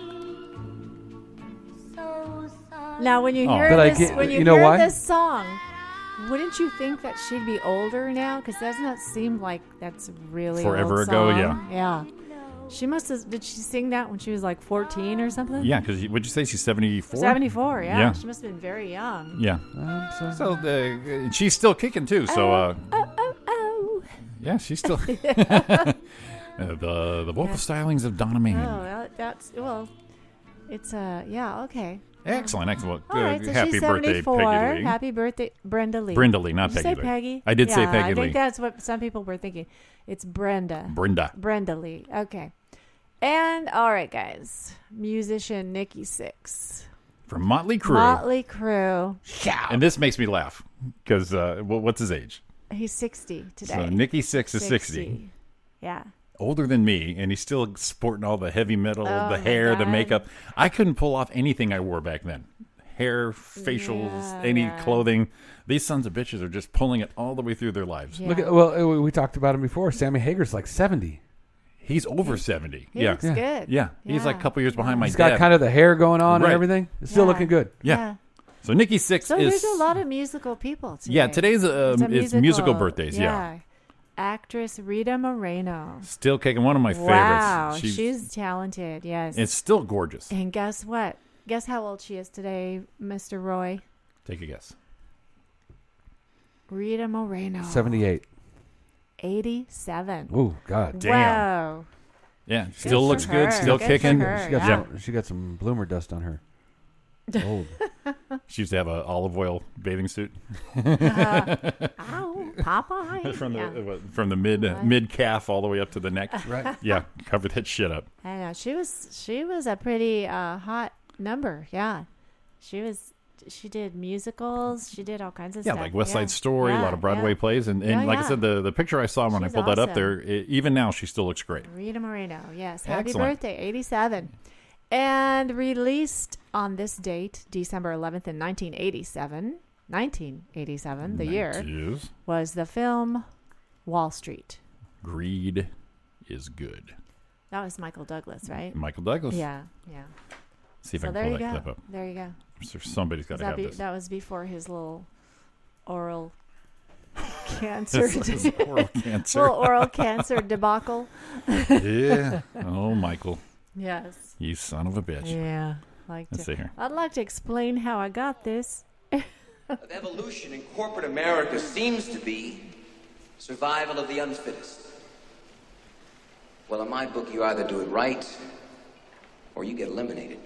So sorry.
Now, when you
Oh.
hear
But I
this,
Oh. get-
when you,
you know
hear
why?
this song, Wouldn't you think that she'd be older now? Because doesn't that seem like that's a really
Forever
old
ago,
song?
yeah.
yeah. She must have. Did she sing that when she was like fourteen or something?
Yeah, because would you say she's seventy four?
seventy four. Yeah.
Yeah.
she must have been very young.
Yeah. So uh, she's still kicking too.
Oh.
So uh, yeah, she's still Uh, the the vocal
Yeah.
stylings of Donna Meehan.
Oh, that, that's well. It's uh yeah okay.
Excellent, excellent.
All right,
Good.
so
Happy
she's
birthday, Peggy
74.
Lee.
Happy birthday, Brenda Lee.
Brenda Lee, not
Did you
Peggy
say
Lee.
Peggy.
I did say
Yeah,
Peggy
I
Lee.
think that's what some people were thinking. It's Brenda.
Brenda.
Brenda Lee. Okay. And all right, guys. Musician Nikki Six.
From Motley Crue.
Motley Crue.
And this makes me laugh because uh, wh- what's his age?
He's sixty today.
So Nikki Six is 60.
Yeah.
older than me and he's still sporting all the heavy metal,
Oh,
the
my
hair, the
God.
makeup. I couldn't pull off anything I wore back then. Hair, facials, any clothing. These sons of bitches are just pulling it all the way through their lives.
Look at well, uh, we- we talked about him before. Sammy Hager's like seventy.
He's over 70.
he
yeah.
looks
yeah.
good.
Yeah. He's like a couple years behind my
He's got
dad.
kind of the hair going on
Right.
and everything. It's still
Yeah.
looking good.
yeah.
Yeah.
So Nikki Six
So
is
there's a lot of musical people today.
Yeah, today's, uh,
It's a
is musical birthdays, yeah.
Actress Rita Moreno.
still kicking one of my
wow,
favorites. She's,
she's talented. Yes.
it's still gorgeous.
and guess what? Guess how old she is today, Mr. Roy?
Take a guess.
Rita Moreno.
Seventy-eight.
87.
Ooh, God
Damn.
Wow.
Yeah,
Good
still
for
looks good,
her.
still
Good for
kicking.
her,
She got
yeah.
some, she got some bloomer dust on her. Old.
She used to have an olive oil bathing suit.
Ow, Popeye.
from the
Yeah.
what, from the mid
Right.
mid calf all the way up to the neck.
Right.
Yeah, cover that shit up.
I know she was she was a pretty uh, hot number. Yeah, she was. She did musicals. She did all kinds of
Yeah,
stuff.
like West Side Story, a lot of Broadway plays, and, and
Yeah,
like I
yeah.
said, the the picture I saw when
She's
I pulled that up
awesome.
there, i even now she still looks great.
Rita Moreno. Yes, happy
Excellent.
birthday, eighty-seven, and released on this date, December eleventh, in nineteen eighty-seven. Nineteen eighty-seven, the year
Yes.
was the film Wall Street.
Greed is good.
That was Michael Douglas, right?
Michael Douglas.
Yeah, yeah.
See if
so
Mm-hmm. I
there
can
you
pull that
go.
clip up.
There you go.
So somebody's got to
that,
have
be-
this.
that was before his little oral cancer.
His- his oral cancer.
little oral cancer debacle.
yeah. Oh, Michael.
Yes.
You son of a bitch.
Yeah. Like
Let's
to,
see here.
I'd like to explain how I got this.
Of evolution in corporate America seems to be survival of the unfittest. Well, in my book, you either do it right or you get eliminated.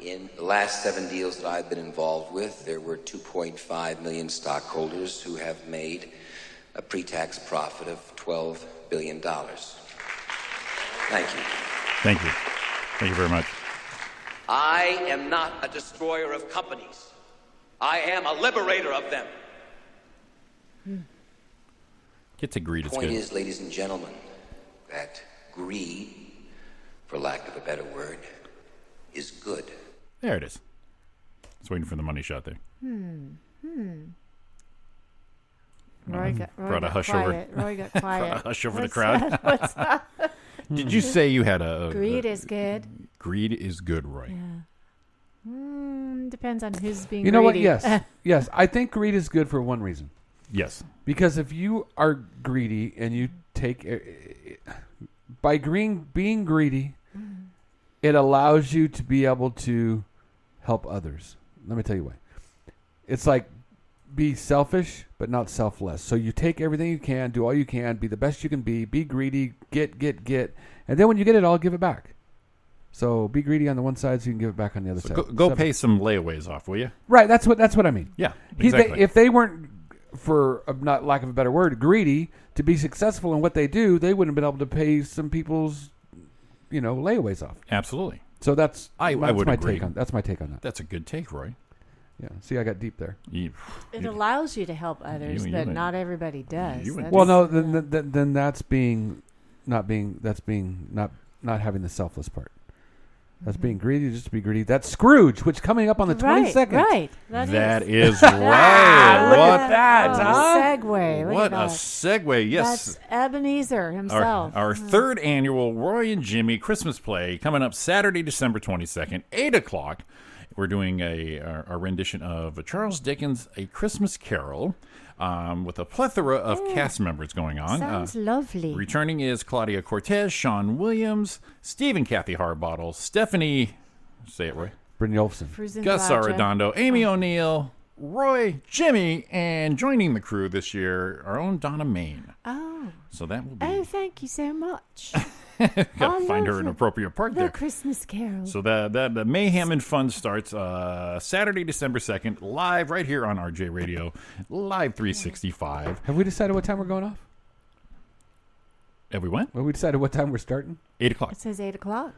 In the last seven deals that I've been involved with, there were 2.5 million stockholders who have made a pre tax profit of $12 billion. Thank you.
Thank you. Thank you very much.
I am not a destroyer of companies. I am a liberator of them.
Get to greed is
point
good.
is, ladies and gentlemen, that greed, for lack of a better word, is good.
There it is. It's waiting for the money shot there.
Hmm. Hmm.
Well,
Roy got, Roy
Um, brought a
got
hush over-
quiet. Roy got
brought a
quiet.
hush over the
What's
crowd.
that? What's that?
Did you say you had a, a-
Hmm. Greed
a-
is good.
Mm, Greed is good, Roy.
Mm, depends on who's being.
You know
greedy.
what? Yes, yes. I think greed is good for one reason.
Yes.
Because if you are greedy and you take uh, by green being greedy, it allows you to be able to help others. Let me tell you why. It's like be selfish but not selfless. So you take everything you can, do all you can, be the best you can be, be greedy, get, get, get, and then when you get it all, give it back. So be greedy on the one side, so you can give it back on the other
So
side.
go go
So-
pay some layaways off, will you?
Right. That's what that's what I mean.
Yeah,
He- they-
exactly.
if they weren't, for uh, not lack of a better word, greedy to be successful in what they do, they wouldn't have been able to pay some people's, you know, layaways off.
Absolutely.
So that's
I- I
that's
would
my
agree.
take on that's my take on that.
That's a good take, Roy.
Yeah. See, I got deep there.
You-
It allows you to help others,
you
but
and-
not everybody does.
you and-
That's-
Well, no, then, then- then then that's being, not being that's being not not having the selfless part. That's being greedy, just to be greedy. That's Scrooge, which coming up on the
Mm-hmm. Right,
twenty second.
right.
That,
That
is
Ah,
right.
look
what
at that.
the-
Oh, segue. Look
What
at
a
that.
segue. Yes.
That's Ebenezer
Our,
himself.
our
mm-hmm.
third annual Roy and Jimmy Christmas play coming up Saturday, December 22nd, 8 o'clock. We're doing a our, our rendition of Charles Dickens' A Christmas Carol, um, with a plethora of cast members going on.
Mm.
Uh,
Sounds lovely.
Returning is Claudia Cortez, Sean Williams, Steve and Kathy Harbottle, Stephanie, say it right,
Brittany Olson,
Gus Arredondo, Amy
Mm.
O'Neill, Roy, Jimmy, and joining the crew this year, our own Donna Main.
Uh,
Oh.
So that will be.
Oh, thank you so much.
Gotta
I
find
love
her an
the-
appropriate part
the
there.
Christmas Carol.
So the, the the mayhem and fun starts uh, Saturday, December second, live right here on RJ Radio, live three sixty five.
Have we decided what time we're going off?
Have we went?
Well, we decided what time we're starting.
Eight o'clock.
It says eight o'clock.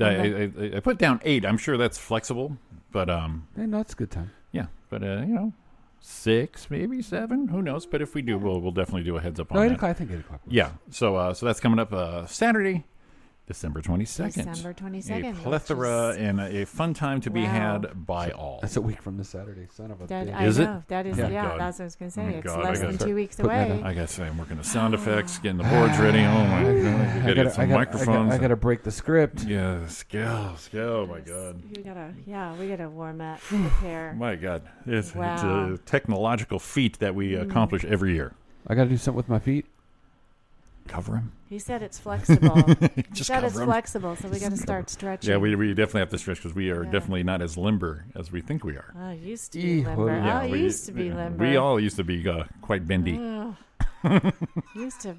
I, I, I- I put down eight. I'm sure that's flexible, but um,
Eh, no, it's a good time.
yeah, but uh, you know, six maybe seven, who knows? But if we do, we'll we'll definitely do a heads up
No,
on
eight
that.
o'clock. I think eight o'clock.
Yeah. So uh, so that's coming up uh, Saturday, December twenty second.
December 22nd,
A
which
plethora and a, a fun time to be
Wow.
had by all.
That's a week from this Saturday. Son of a
That-
bitch.
I
Is it?
know. That is,
Oh
yeah,
my God.
that's what I was going to say.
Oh my
it's
God, I
less
gotta
than
start
two weeks
putting that
away.
up. I gotta say, I'm working the sound effects, getting the boards ready. Oh my god, we
I
gotta
gotta-
get some
I gotta- I gotta-
microphones.
I gotta break the script.
Yeah, scale, scale. oh My god,
You gotta, yeah, we gotta warm up, prepare.
my god, it's, it's
Wow.
a technological feat that we
Mm.
accomplish every year.
I got to do something with my feet.
Cover him.
He said it's flexible. he
Just
said it's
cover 'em.
flexible, so we gotta start stretching.
Yeah, we, we definitely have to stretch because we are definitely not as limber as we think we are.
Oh, it used to be limber. oh, it
we-
used to be
yeah,
limber. Mm.
We all used to be uh, quite bendy.
Ugh. used to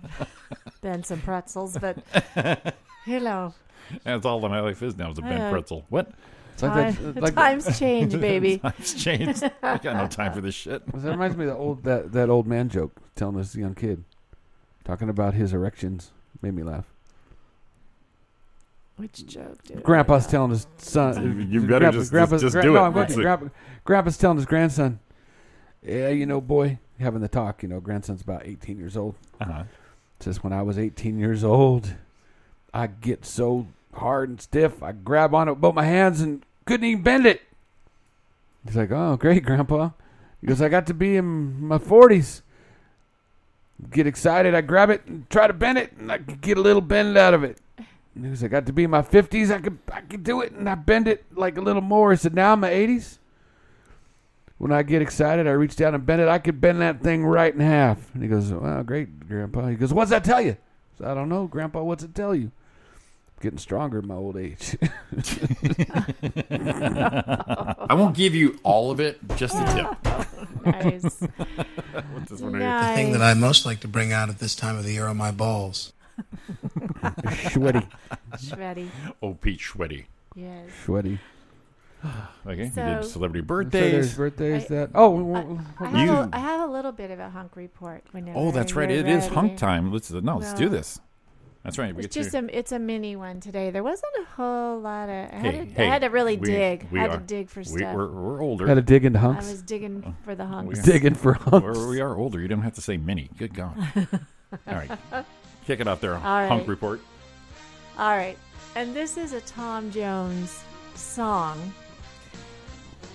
bend some pretzels, but you know,
That's all that my life is now is a bent
Uh,
pretzel. What?
It's like that-
Time-
it's like-
times change, baby.
times change. I got no time for this shit.
Well, That reminds me of the old that, that old man joke telling this young kid, talking about his erections. Made me laugh.
Which joke, dude?
Grandpa's telling his son.
You- you better
Grandpa-
just-
Grandpa's,
just
gra-
do
no,
it.
I'm with
That's
you.
it.
Grandpa- Grandpa's telling his grandson, "Yeah, you know, boy, having the talk. You know, grandson's about 18 years old.
Uh-huh.
Says when I was 18 years old, I get so hard and stiff, I grab on it with both my hands and couldn't even bend it." He's like, "Oh, great, Grandpa." He goes, "I got to be in my 40s." Get excited, I grab it and try to bend it, and I could get a little bend out of it. And he was like, I got to be in my fifties. I could I could do it, and I bend it like a little more. He said, now I'm my eighties. When I get excited, I reach down and bend it. I could bend that thing right in half. And he goes, Wow, great, Grandpa. He goes, What's that tell you? I, said, I don't know, Grandpa. What's it tell you? Getting stronger in my old age.
I won't give you all of it, just a tip.
Nice.
What's this one right here?
The thing that I most like to bring out at this time of the year are my balls.
Sweaty.
Shreddy.
Oh, Pete Schweddy.
Yes.
Sweaty.
Okay,
So-
you did celebrity
So
birthdays.
there's birthdays
I-
that. Oh, we- we-
I
we-
have,
You-
a, I have a little bit of a hunk report. Whenever
Oh, that's right.
you're
It is
ready.
hunk time. Let's no, let's do
Well,
this. That's right. We
It's
get
just
to-
a it's a mini one today. There wasn't a whole lot of. I,
Hey,
had, to,
hey,
I had to really
we-
dig.
we
I had
are-
to dig for
we-
stuff.
we're- we're older.
Had to dig into hunks?
I was digging for the
we
hunks.
are-
Digging for hunks.
We're- We are older. You don't have to say mini. Good God. all right, kick it out there.
All
Hunk
right.
report.
All right. And this is a Tom Jones song.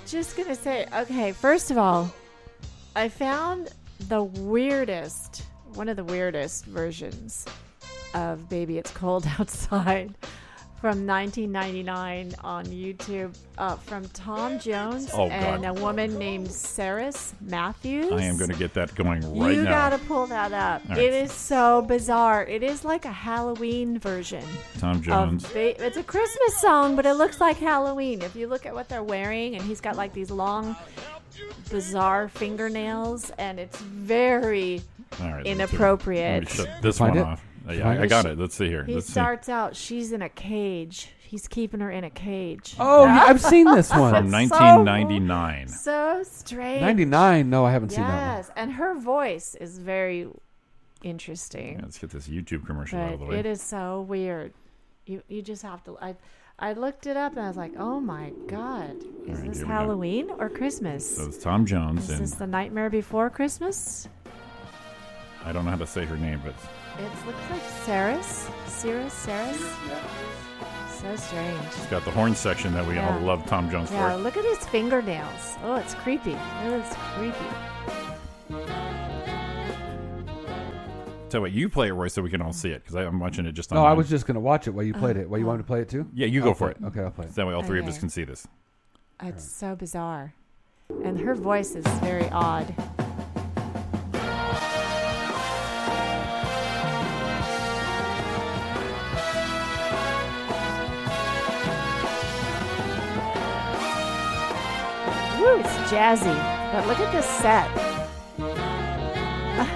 Just going to say, okay, first of all, I found the weirdest, one of the weirdest versions of Baby It's Cold Outside from 1999 on YouTube uh, from Tom Jones
Oh, God.
and a woman named Saris Matthews.
I am going to get that going right
you
now.
gotta pull that up.
All right.
It is so bizarre. It is like a Halloween version.
Tom
of
Jones.
ba- it's a Christmas song, but it looks like Halloween. If you look at what they're wearing, and he's got like these long, bizarre fingernails, and it's very
All right, let me turn-
inappropriate.
Let me shut this
Find
one
it?
off. Uh, Yeah,
Find
I, I
it?
got it. Let's see here.
He
Let's see.
starts out. She's in a cage. He's keeping her in a cage.
Oh, yeah, I've seen this one.
From
So-
1999.
So strange.
99? No, I haven't
yes,
seen that one.
and her voice is very interesting.
Let's get this YouTube commercial out
but
of the way.
it is so weird. You you just have to. I I looked it up and I was like, oh my god, is
right,
this
here we go.
Halloween or Christmas?
So it's Tom Jones,
Is this
and
the Nightmare Before Christmas?
I don't know how to say her name, but
It looks like Saris, Cirrus, Saris. So strange.
it's got the horn section that we all
Yeah.
love Tom Jones
Yeah,
for.
look at his fingernails. Oh, it's creepy. It is creepy.
So what you play it, Roy, so we can all see it because I'm watching it just on.
No, I was just going to watch it while you played it. Well, you want me to play it too?
Yeah, you go
I'll
for
play
it.
Okay, I'll play it.
That way, all three of us
Okay.
can see this.
It's so bizarre. And her voice is very odd. Woo, it's jazzy. But look at this set. Ah,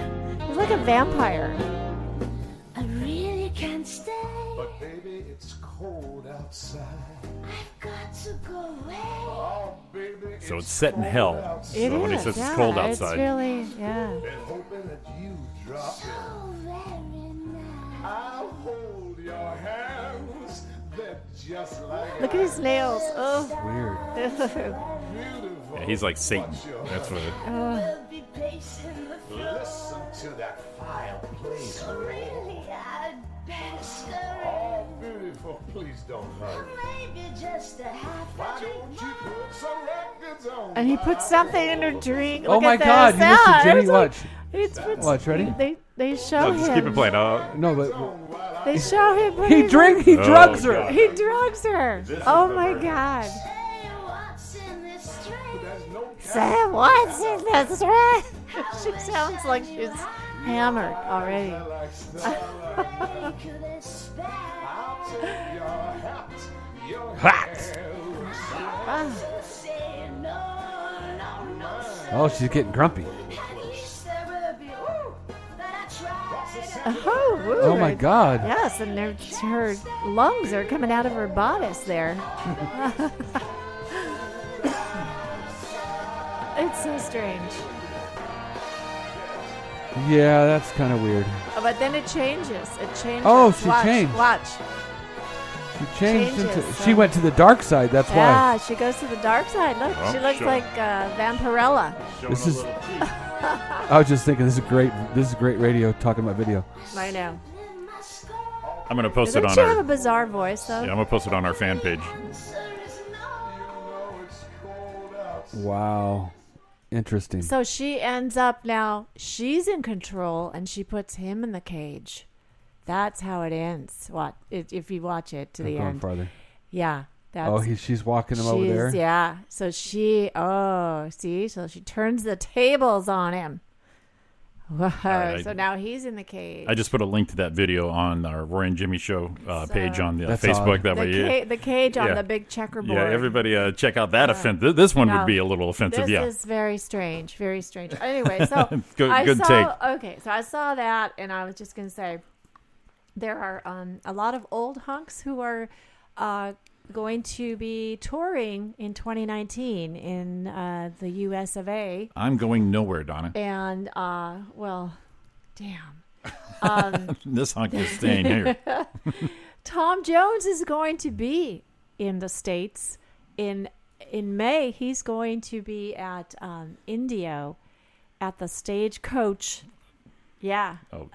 It's like a vampire.
I really can't stay.
But baby, it's cold outside.
I've got to go away.
Oh, baby,
So it's set in hell.
It
so when he
is,
says it's cold
yeah,
outside.
It's really, yeah.
Been hoping that you drop
So very nice.
I'll hold your hands. They're just like
Look at his nails.
ice.
Oh.
Beautiful.
Yeah, he's like Satan. That's what.
We'll be pacing the floor.
Listen to that fireplace.
So really, I'd better
Oh,
scurry.
beautiful. Please don't hurry.
Maybe just a half a
Why
drink.
don't you put some records on?
And he put something in her drink.
Oh
Look
my
at
God,
this.
you missed it,
Yeah,
Jenny.
it's like-
Watch.
it's- it's-
Watch, ready?
They they show
No, Oh, just
him.
keep it playing. Uh,
No, but
They show him. putting
he
her-
drink. He
Oh,
drugs her.
God.
He drugs her.
This is
oh
the
my
verdict.
God.
Say what's in this drink.
Say what's in this red? she sounds like she's hammered already.
Could expect
Hot.
Ah,
to say no, no, no, sir.
Oh, she's getting grumpy.
At least there will be ooh, that I tried.
oh, woo.
Oh my God.
Yes, and they're- her lungs are coming out of her bodice there. it's so strange.
Yeah, that's kind of weird.
Oh, but then it changes. It changes.
Oh, she
watch,
changed.
Watch.
She changed into.
Changes,
She
huh?
went to the dark side. That's
Yeah, she goes to the dark side. Look,
Oh,
she looks
sure.
like uh, Vampirella.
This is- why. I was just thinking this is great. This is great radio talking about video.
I know.
I'm gonna post
Doesn't
it on
she
our.
have a bizarre voice
yeah,
though?
I'm gonna post it on our fan page.
Wow, interesting.
So she ends up now. She's in control, and she puts him in the cage. That's how it ends. What if if you watch it to
I'm
the
going
end?
farther.
Yeah. That's,
oh, he, she's walking him over
she's-
there.
Yeah. So she. Oh, see. So she turns the tables on him. Whoa.
right.
So now he's in the cage.
I just put a link to that video on our Roy and Jimmy Show uh, page on the
That's
Facebook.
odd.
That
the,
way, you-
ca- the cage on
yeah.
the big checkerboard.
yeah, everybody uh, check out that offense. Th- This one
No.
would be a little offensive.
This
yeah,
is very strange. Very strange. Anyway, so
Good-
I
good
saw.
take.
Okay, so I saw that, and I was just gonna say, there are um, a lot of old hunks who are uh, going to be touring in 2019 in uh, the U.S. of A.
I'm going nowhere, Donna.
And uh, well, damn. Um,
this hunk is staying here.
Tom Jones is going to be in the states in in May. He's going to be at um, Indio at the Stagecoach. Yeah,
Oh,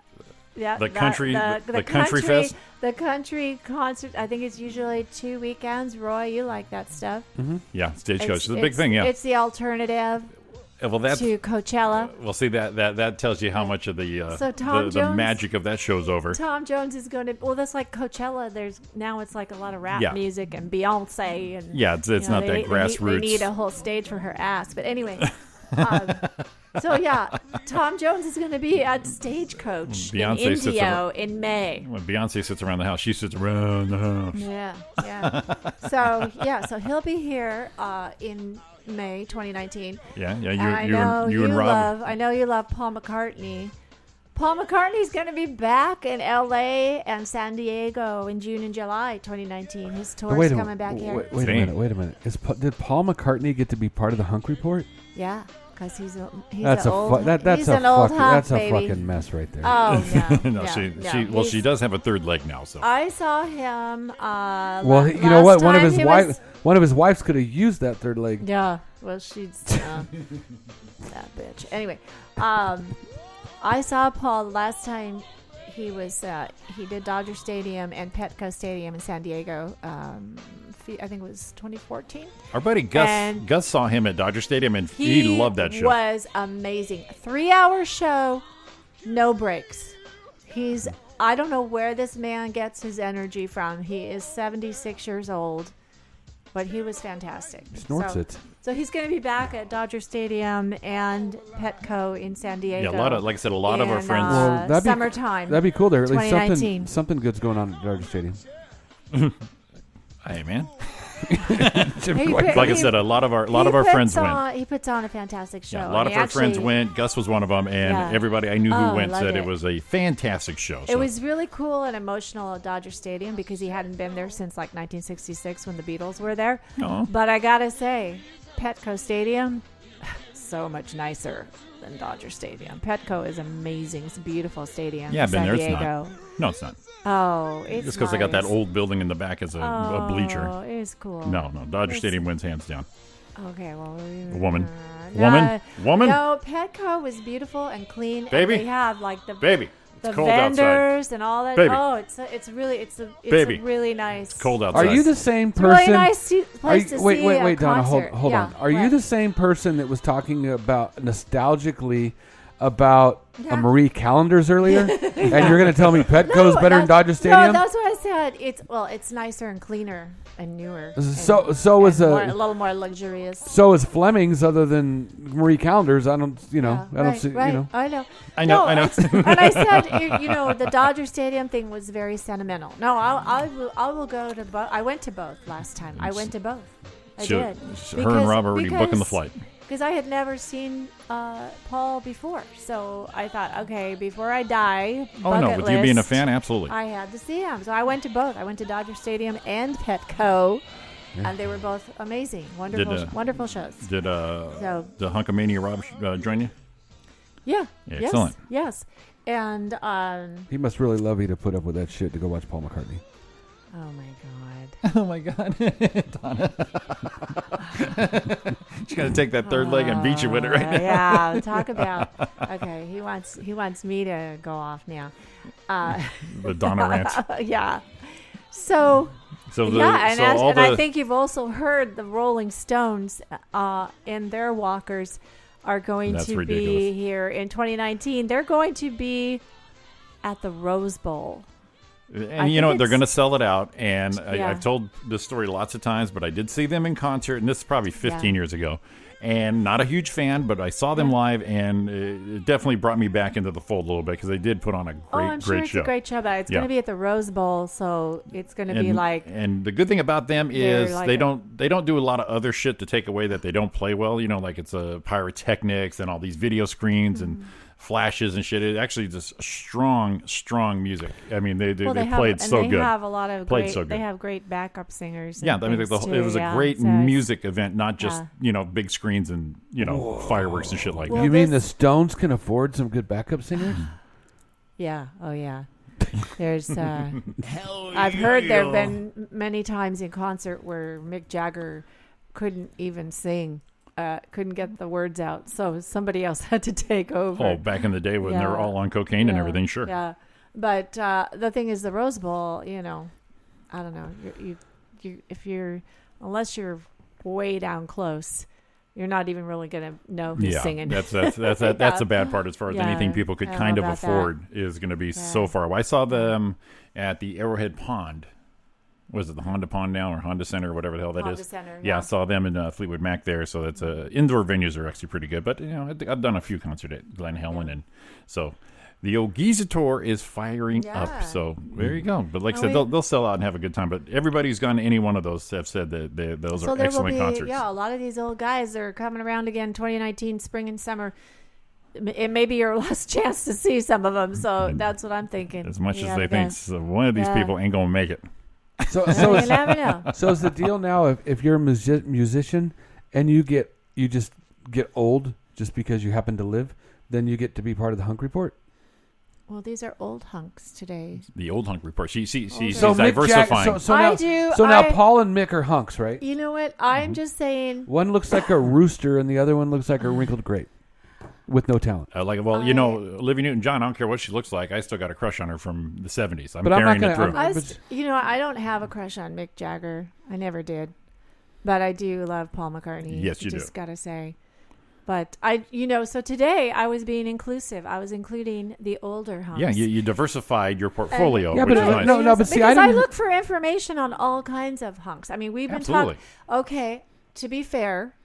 yeah.
The country- the- the country fest?
The country concert. I think it's usually two weekends. Roy, you like that stuff?
Mhm. Yeah, stagecoach
It's-
is a big
it's-
thing. Yeah.
it's the alternative
Uh, well, that's
to Coachella.
well. See that that that tells you how much of the uh,
So Tom
the, the
Jones-
magic of that show's over.
Tom Jones is going to. Well, that's like Coachella. There's now it's like a lot of rap
Yeah.
music and Beyonce and
Yeah, it's- it's
you know,
not
they-
that
they need- They
grassroots.
need a whole stage for her ass. But anyway, um, so yeah, Tom Jones is going to be at Stagecoach
Beyonce
in
sits
Indio
around-
in May.
When Beyonce sits around the house, she sits around the house.
Yeah, yeah. so yeah, so he'll be here uh, in May 2019.
Yeah, yeah,
And
you-
I
you and-
know
you and Rob-
love. I know you love Paul McCartney. Paul McCartney's going to be back in L.A. and San Diego in June and July 2019. His tour's
Oh, wait a
coming back here.
Wait, wait a minute. Wait a minute. Is, Pa- did Paul McCartney get to be part of the Hunk Report?
Yeah, because he's a he's
That's
an
a
old
fu- that- that's
he's
a
an old
fucking-
hunk,
that's a
baby.
fucking mess right there.
Oh no,
no, she,
no.
she well, she
He's- Uh,
does have a third leg now, so
I saw him.
Well,
Uh, la-
you know
last
what? One of
time
his
he
wife,
was-
one of his wives could have used that third leg.
Yeah. Well, she's uh, that bitch. Anyway, um, I saw Paul last time he was uh, he did Dodger Stadium and Petco Stadium in San Diego. Um, fe- I think it was 2014.
our buddy Gus
And-
Gus saw him at Dodger Stadium and he, loved that show.
Was amazing. Three hour show, no breaks. He's I don't know where this man gets his energy from. He is seventy six years old. but he was fantastic.
snorts
so,
it.
So he's going to be back at Dodger Stadium and Petco in San Diego.
lot of- like I said, a lot of our
in,
friends-
Uh,
Well,
that'd be-
summertime.
That'd be cool. There, at least something
2019.
something good's going on at Dodger Stadium.
Hey, man.
He
like
put-
I
he-
said, a lot of our a lot
he
of our
puts
friends went.
on- He puts on a fantastic show.
Yeah, a lot
and
of
he
our friends
actually-
went. Gus was one of them, and
Yeah.
everybody I knew who
Oh,
went
love
said it.
it.
was a fantastic show.
It
so-
was really cool and emotional at Dodger Stadium because he hadn't been there since like 1966 when the Beatles were there.
Aw.
But I gotta say, Petco Stadium, so much nicer than Dodger Stadium. Petco is amazing. It's a beautiful stadium.
yeah,
in
I've been
San
there. It's
Diego.
not. No, it's not.
Oh, it's
Just because they got that
nice.
old building in the back as a, a bleacher.
Oh, it is cool.
No, no, Dodger
It's-
Stadium wins hands down.
Okay, well, we-
Woman.
No,
Woman. Woman.
No, Petco was beautiful and clean.
Baby.
and they have like the
Baby.
the
It's cold outside.
vendors and all that.
Baby.
Oh, it's a, it's really it's a it's
Baby.
a really nice.
It's cold outside.
Are you the same
It's a really
person?
nice to-
Are
place
you-
to
wait,
see
wait,
a
wait, Donna, hold,
concert.
hold
Yeah,
on. Are you the same person that was talking about nostalgically about
Yeah.
a Marie Callender's earlier?
Yeah.
And you're going to tell me Petco's better than
that's-
Dodger Stadium?
No, that's what I said. It's well, it's nicer and cleaner and newer. and-
so so is
and
a
more- a little more luxurious.
so is Fleming's other than Marie Callender's. I don't, you know, I don't
right,
see,
right.
you know.
I know.
I know,
No,
I know.
it's- and I said, you, you know, the Dodger Stadium thing was very sentimental. No, I'll, I will, I will go to both. I went to both last time. I went to both. I
So,
did.
so her and Rob are already booking the flight.
Because I had never seen uh, Paul before, so I thought, okay, before I die,
Oh, no,
bucket
with you being a
list,
fan, absolutely.
I had to see him. So I went to both. I went to Dodger Stadium and Petco, and they were both amazing, wonderful,
uh,
wonderful shows.
Did uh,
So-
the Hunkamania Rob sh- uh, join you?
Yeah.
Excellent.
Yes. Yes. And um,
He must really love you to put up with that shit to go watch Paul McCartney.
oh my god.
Oh my god, Donna. She's gonna take that third leg and beat you with it right now.
Uh, yeah. Talk about. Okay. He wants. He wants me to go off now. Uh,
The Donna rant.
yeah. So.
So the-
yeah, and,
so
as,
all
and
the-
I think you've also heard the Rolling Stones uh, and their Walkers are going
That's
to be
ridiculous.
here in 2019. They're going to be at the Rose Bowl.
And
I
you know what?
think
They're
it's-
going to sell it out. And I,
Yeah.
I've told this story lots of times, but I did see them in concert, and this is probably 15
Yeah.
years ago. And not a huge fan, but I saw them live, and it it definitely brought me back into the fold a little bit because they did put on a great,
oh, I'm
great
sure it's
show.
a great show, but it's
Yeah.
going to be at the Rose Bowl, so it's going to be
And-
like
and the good thing about them
They're
is
like
they
a-
don't they don't do a lot of other shit to take away that they don't play well you know like it's a pyrotechnics and all these video screens and
Mm-hmm.
flashes and shit it actually just strong strong music i mean they they,
well,
they,
have,
played
and
so
they
good
have a lot of
played
great,
so good
They have great backup singers. and
yeah, I mean,
things
the whole,
too,
it was
yeah.
a great
So it's-
music event, not just
yeah.
you know big screens and you know fireworks and shit like
Well,
that.
you mean the Stones can afford some good backup singers?
Yeah. Oh yeah. There's. Uh, I've heard there have
yeah.
been many times in concert where Mick Jagger couldn't even sing. Uh, couldn't get the words out, so somebody else had to take over.
Oh, back in the day when they were
Yeah.
all on cocaine and
Yeah,
everything, sure.
Yeah, but uh, the thing is, the Rose Bowl. You know, I don't know. You, you, you if you're unless you're way down close, you're not even really gonna know who's
yeah,
singing.
that's that's that's that's,
Yeah.
that's the bad part as far as
Yeah,
anything people could
I don't
kind
know
of
about that.
afford is going to be so far away. I saw them at the Arrowhead Pond. Was it the Honda Pond now or Honda Center or whatever the hell that is?
Honda Center,
Yeah,
yeah. Mm-hmm.
I saw them in uh, Fleetwood Mac there. So that's uh, indoor venues are actually pretty good. But you know, I think I've done a few concert at Glen Helen, and so the Ogiza tour is firing
Yeah. Oh,
up. So there you go. But like I
And
said,
we-
they'll, they'll sell out and have a good time. But everybody who's gone to any one of those have said that they, those
so
are
there
excellent
will be
concerts.
yeah a lot of these old guys are coming around again 2019 spring and summer M- it may be your last chance to see some of them so that's what i'm thinking
Mm-hmm. As much
Yeah,
as they
the
think
best.
so one of these
Yeah.
people ain't gonna make it.
So,
Well,
so,
you
is,
never know.
so is the deal now if, if you're a music, musician and you get you just get old just because you happen to live, then you get to be part of the Hunk Report.
well these are old hunks today
The old hunk report. She she, she she's
so Mick Jack-
diversifying.
so, so
I
now,
do,
So now
I-
Paul and Mick are hunks, right?
you know what
Mm-hmm.
i'm just saying
One looks like a rooster and the other one looks like a wrinkled grape with no talent.
Uh, like well, you know, Livy Newton John. I don't care what she looks like. I still got a crush on her from the seventies. I'm
But I'm
carrying
not
it
gonna-
through.
I s- you know i don't have a crush on mick jagger i never did but i do love paul mccartney
Yes, you do.
just gotta say But I, you know, so today I was being inclusive. I was including the older homes.
Yeah, you, you diversified your portfolio.
Yeah,
which
but
is
it-
nice.
no, no, but see, I
because I,
didn't-
look for information on all kinds of hunks. I mean, we've been
Absolutely.
talking. Okay, to be fair,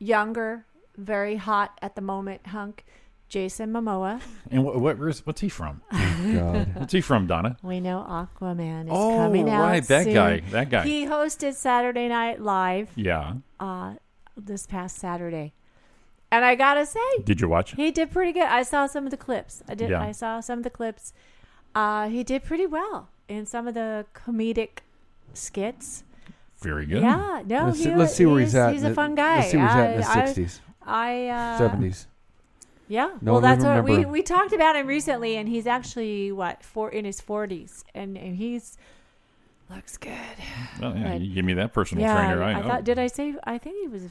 younger, very hot at the moment hunk, Jason Momoa.
And what, what where's, what's he from?
God.
What's he from, Donna?
We know Aquaman is
Oh,
coming out.
right, that
soon.
guy, that guy.
He hosted Saturday Night Live.
Yeah.
Uh, this past Saturday, and I gotta say,
Did you watch?
he did pretty good. I saw some of the clips. I did.
Yeah.
I saw some of the clips. Uh, he did pretty well in some of the comedic skits.
Very good.
Yeah, no,
Let's
he,
see- let's see where he's at
Oh, He's
in
a
the-
fun guy.
let's see where he's at in the
I- I-
60s,
I uh,
70s.
Yeah,
No
well,
one
that's
will
what we,
remember.
we talked about him recently, and he's actually what four in his forties, and, and he's looks good.
Oh, yeah,
But-
you give me that personal
yeah,
trainer.
I,
I, oh,
thought. Did I say? I think he was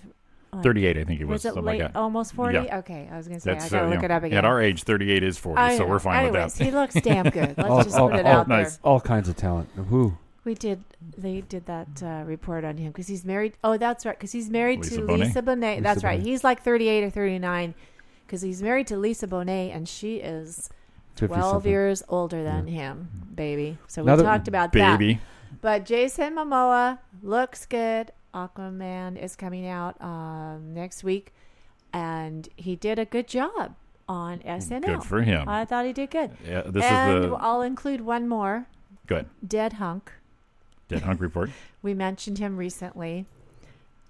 like,
38, I think he was,
Was it
something like
late?
that.
Almost forty.
Yeah.
Okay, I was gonna say
That's,
I gotta
uh,
look
yeah.
it up again.
At our age, 38 is 40,
I
so
know.
we're fine
Anyways,
with that.
he looks damn good. Let's
all,
just
all-
put it
all-
out there.
all kinds of talent. Who?
We did. They did that uh, report on him because he's married. Oh, that's right. Because he's married
Lisa
to
Bonet.
Lisa Bonet. that's
Lisa
right.
Bonet.
He's like thirty-eight or thirty-nine because he's married to Lisa Bonet, and she is
50
twelve
something.
years older than him, baby. So we
Now that-
talked about
Baby.
that. But Jason Momoa looks good. Aquaman is coming out um, next week, and he did a good job on SNL.
for him.
I thought he did good.
Yeah, this is
and
the-
I'll include one more.
Go ahead.
Dead hunk.
Dead Hunk Report.
We mentioned him recently.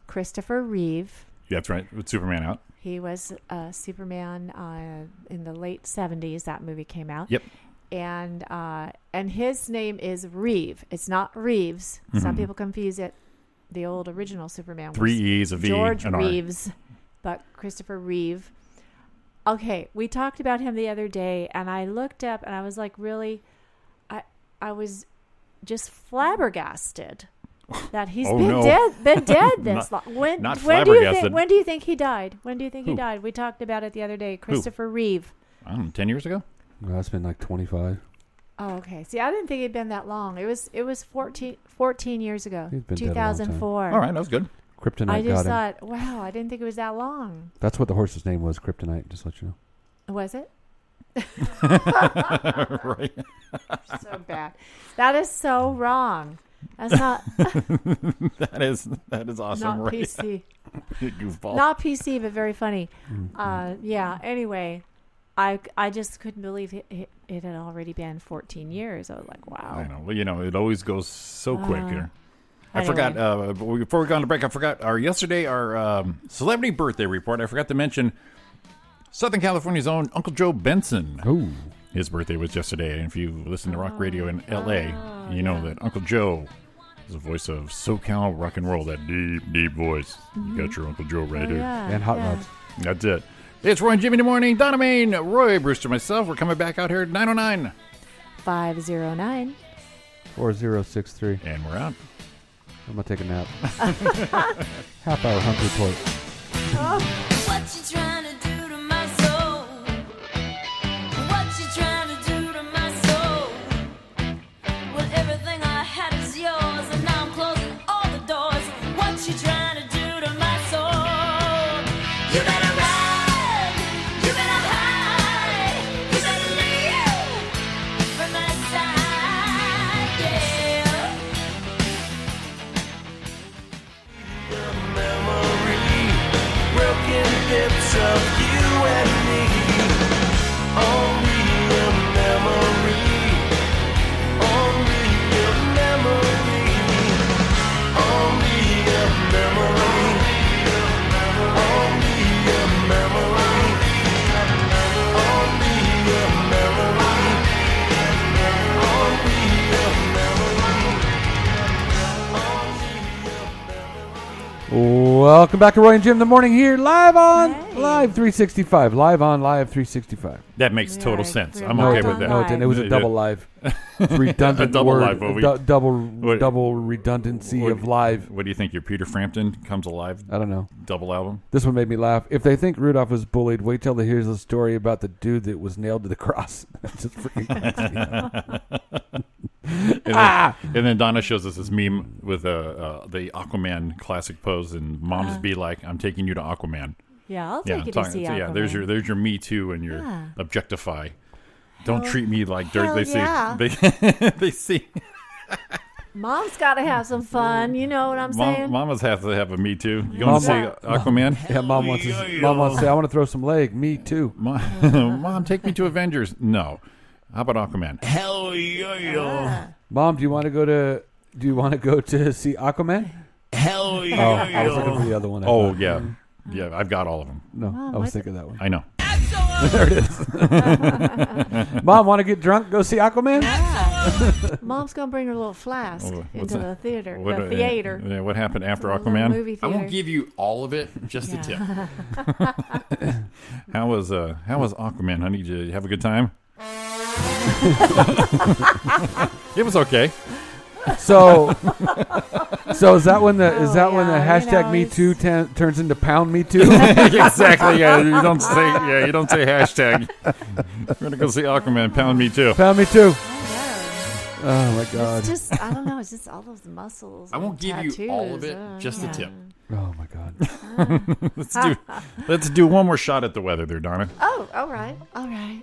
Christopher Reeve.
That's right. With Superman out.
He was uh, Superman uh, in the late seventies. That movie came out.
Yep.
And uh, and his name is Reeve. It's not Reeves. Some
Mhm.
people confuse it. The old original Superman. was
Three E's, a V,
George
an R.
Reeves, but Christopher Reeve. Okay, we talked about him the other day, and I looked up, and I was like, really, I I was just flabbergasted that he's
Oh,
been
no.
dead been dead this
Not-
long. When
not
when do you
flabbergasted.
think when do you think he died? When do you think he
Who?
died? We talked about it the other day. Christopher Reeve.
I don't know, 10 years ago?
Well, that's been like 25.
Oh, okay. See, I didn't think he'd been that long. It was it was 14, 14 years ago,
He's been dead a long
two
time.
thousand four.
All right, that was good.
Kryptonite
I
got him.
just thought, wow, I didn't think it was that long.
That's what the horse's name was, Kryptonite, just to let you know.
Was it?
right.
so bad. That is so wrong. That's not
that is that is awesome.
Not
right? Oh.
PC.
you goofball.
not PC, but very funny.
Mm.
Uh, yeah. Anyway, I I just couldn't believe it, it, it had already been 14 years. I was like,
I
wow.
know. Well, you know, it always goes so quick
Uh,
here. I forgot. Uh, b- before we got on the break, I forgot our yesterday our um, celebrity birthday report. I forgot to mention Southern California's own Uncle Joe Benson.
Ooh.
His birthday was yesterday, and if you listen to rock radio in
Oh,
L.A., you know that Uncle Joe is the voice of SoCal rock and roll. That deep, deep voice. You got your Uncle Joe right
Oh,
here,
yeah,
Uh,
And hot yeah. rods.
That's it. It's Roy and Jimmy in the morning. Donna Main, Roy Brewster, myself. We're coming back out here at 909.
509.
4063.
And we're out.
I'm going to take a nap. Half hour hunt report.
What you trying to do to my soul? What you trying to do to my soul? Well, everything I had is yours, and now I'm closing all the doors. What you trying to do to my soul? You better run, you better hide, you better leave from my side, yeah.
broken bits of you and me. Only a memory. Only a memory. Only a memory. Only a memory. Only a memory. Only a memory.
Welcome back to Roy and Jim in the morning here, live on Live 365. Live on Live 365.
That makes total sense. I'm
No,
okay
it
with that.
didn't. No, it didn't. It was a double live. It's redundant
a double
word.
live movie.
Du- double
What-
double redundancy of live.
What do you think? Your Peter Frampton comes alive?
I don't know.
Double album.
This one made me laugh. If they think Rudolph was bullied, wait till they hear the story about the dude that was nailed to the cross. That just freaking cracks me up.
And then,
Ah!
and then Donna shows us this meme with uh, uh, the Aquaman classic pose, and moms be like, "I'm taking you to Aquaman."
Yeah, I'll Uh-huh. take it
talking-
easy.
so yeah,
Aquaman.
there's your there's your me too and your
Yeah.
objectify. Don't
Hell-
treat me like dirt.
hell
They see
yeah.
they they see
Mom's got to have some fun. You know what I'm
Mom,
saying?
mamas have to have a me too. You want to see Aquaman?
Yeah, mom wants. To, mom wants to say, "I want to throw some leg." Me too.
Mom, take me to Avengers. No. How about Aquaman?
Hell yeah, Mom, do you want to go to? Do you want to go to see Aquaman?
Hell
yeah, Oh, I was looking for the other one. I
Oh
thought.
yeah, yeah. I've got all of them.
No, Mom, I was what- thinking that one.
I know.
there it is. Mom, want to get drunk? Go see Aquaman.
Mom's gonna bring her little flask
Oh, what's
into
that?
the theater.
What-
the
uh,
theater.
yeah, what happened after
The little
Aquaman?
movie
I
theater.
won't give you all of it, just a tip.
How was uh how was Aquaman, honey? Did you have a good time? it was okay.
So, so is that when the is
Oh,
that when the
yeah, you
hashtag
know,
Me
it's-
Too ten, turns into Pound Me Too?
exactly. Yeah, you don't say yeah, you don't say hashtag. We're gonna go see Aquaman, pound me too.
Pound me too. Oh my god.
Uh,
It's just I don't know. It's just all those muscles.
I won't
and
give you all of
tattoos.
it,
Uh,
just
yeah.
a tip.
Oh my god.
let's do let's do one more shot at the weather there, Donna.
Oh, all right, all right.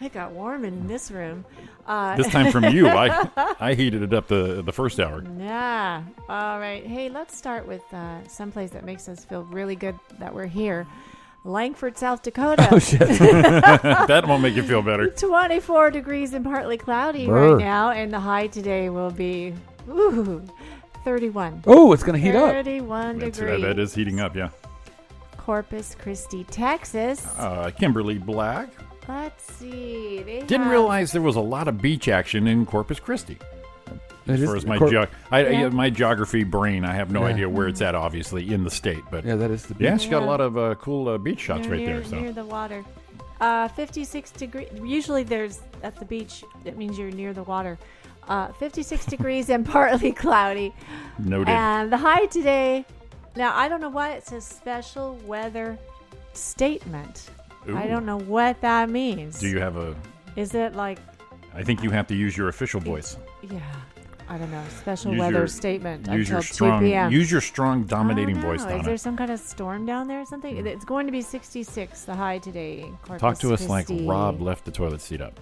It got warm in this room. Uh,
This time from you. I I heated it up the the first hour.
Yeah. All right. Hey, let's start with uh, someplace that makes us feel really good that we're here. Langford, South Dakota.
Oh, shit. That won't make you feel better.
24 degrees and partly cloudy
Brr.
right now, and the high today will be ooh, 31.
Oh, it's gonna heat up.
31
That's-
degrees.
that is heating up, yeah.
Corpus Christi, Texas.
Uh, Kimberly Black
Let's see. They
didn't
have-
realize there was a lot of beach action in Corpus Christi. As
It is-
far as my
Cor-
geog- I, I-
Yeah.
my geography brain, I have no
Yeah.
idea where it's at, obviously in the state. But
yeah, that is the
yeah.
beach.
She got a
Yeah.
lot of uh, cool uh, beach shots
They're
right
near,
there. So
near the water. Uh, 56 degrees. Usually there's at the beach, that means you're near the water. Uh, 56 degrees and partly cloudy.
noted.
And the high today, now I don't know why it says special weather statement. I
Ooh.
don't know what that means.
Do you have a?
Is it like,
I think you have to use your official voice.
yeah, I don't know, special
Use
weather
your-
statement
Use
until
your strong.
2 p.m.
Use your strong dominating
I don't
voice,
know. Is
Donna.
there some kind of storm down there or something? It's going to be 66, the high today. in Corpus
Talk to us like
Christi.
Rob left the toilet seat up.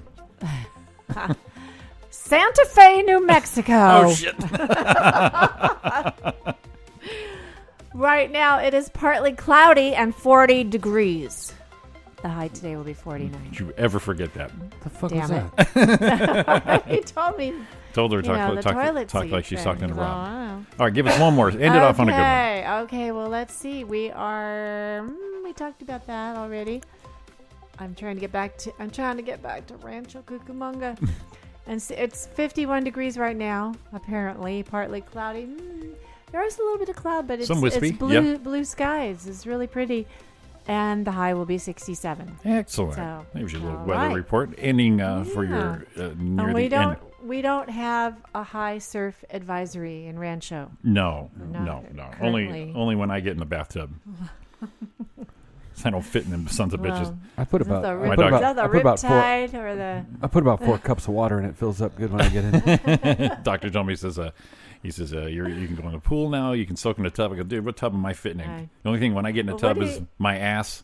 Santa Fe, New Mexico.
Oh, shit.
right now, it is partly cloudy and 40 degrees. The high today will be 49.
Did you ever forget that?
The fuck
was
Damn it.
that?
he told me.
Told her to
you
talk,
know, the
talk,
toilet
talk
seat
like she's
thing.
talking to
Well,
Rob.
I don't know.
All right, give us one more. End it off on a good one.
okay. Okay, well, let's see. We are. mm, we talked about that already. I'm trying to get back to. I'm trying to get back to Rancho Cucamonga. and s- it's 51 degrees right now, apparently. Partly cloudy. Mm, there is a little bit of cloud, but it's,
Some wispy,
it's blue,
yeah.
blue skies. It's really pretty. And the high will be 67.
Excellent.
So,
There's your little
all
weather
right.
report ending uh, for your uh, near
and
the
we don't
end.
we don't have a high surf advisory in Rancho.
No, no,
Not
no. Only
currently.
only when I get in the bathtub. 'Cause I don't fit in them sons of bitches.
Well, I put is that about- the
My
rip-
dog-
is that the
I put about four-
riptide or the-
I put about four cups of water and it fills up good when I get in.
Doctor told me he says, uh, he says uh, you're, you can go in the pool now. You can soak in the tub. I go, dude, what tub am I fitting in?
Right.
The only thing when I get in a
Well, what
tub
do
is
you-
my ass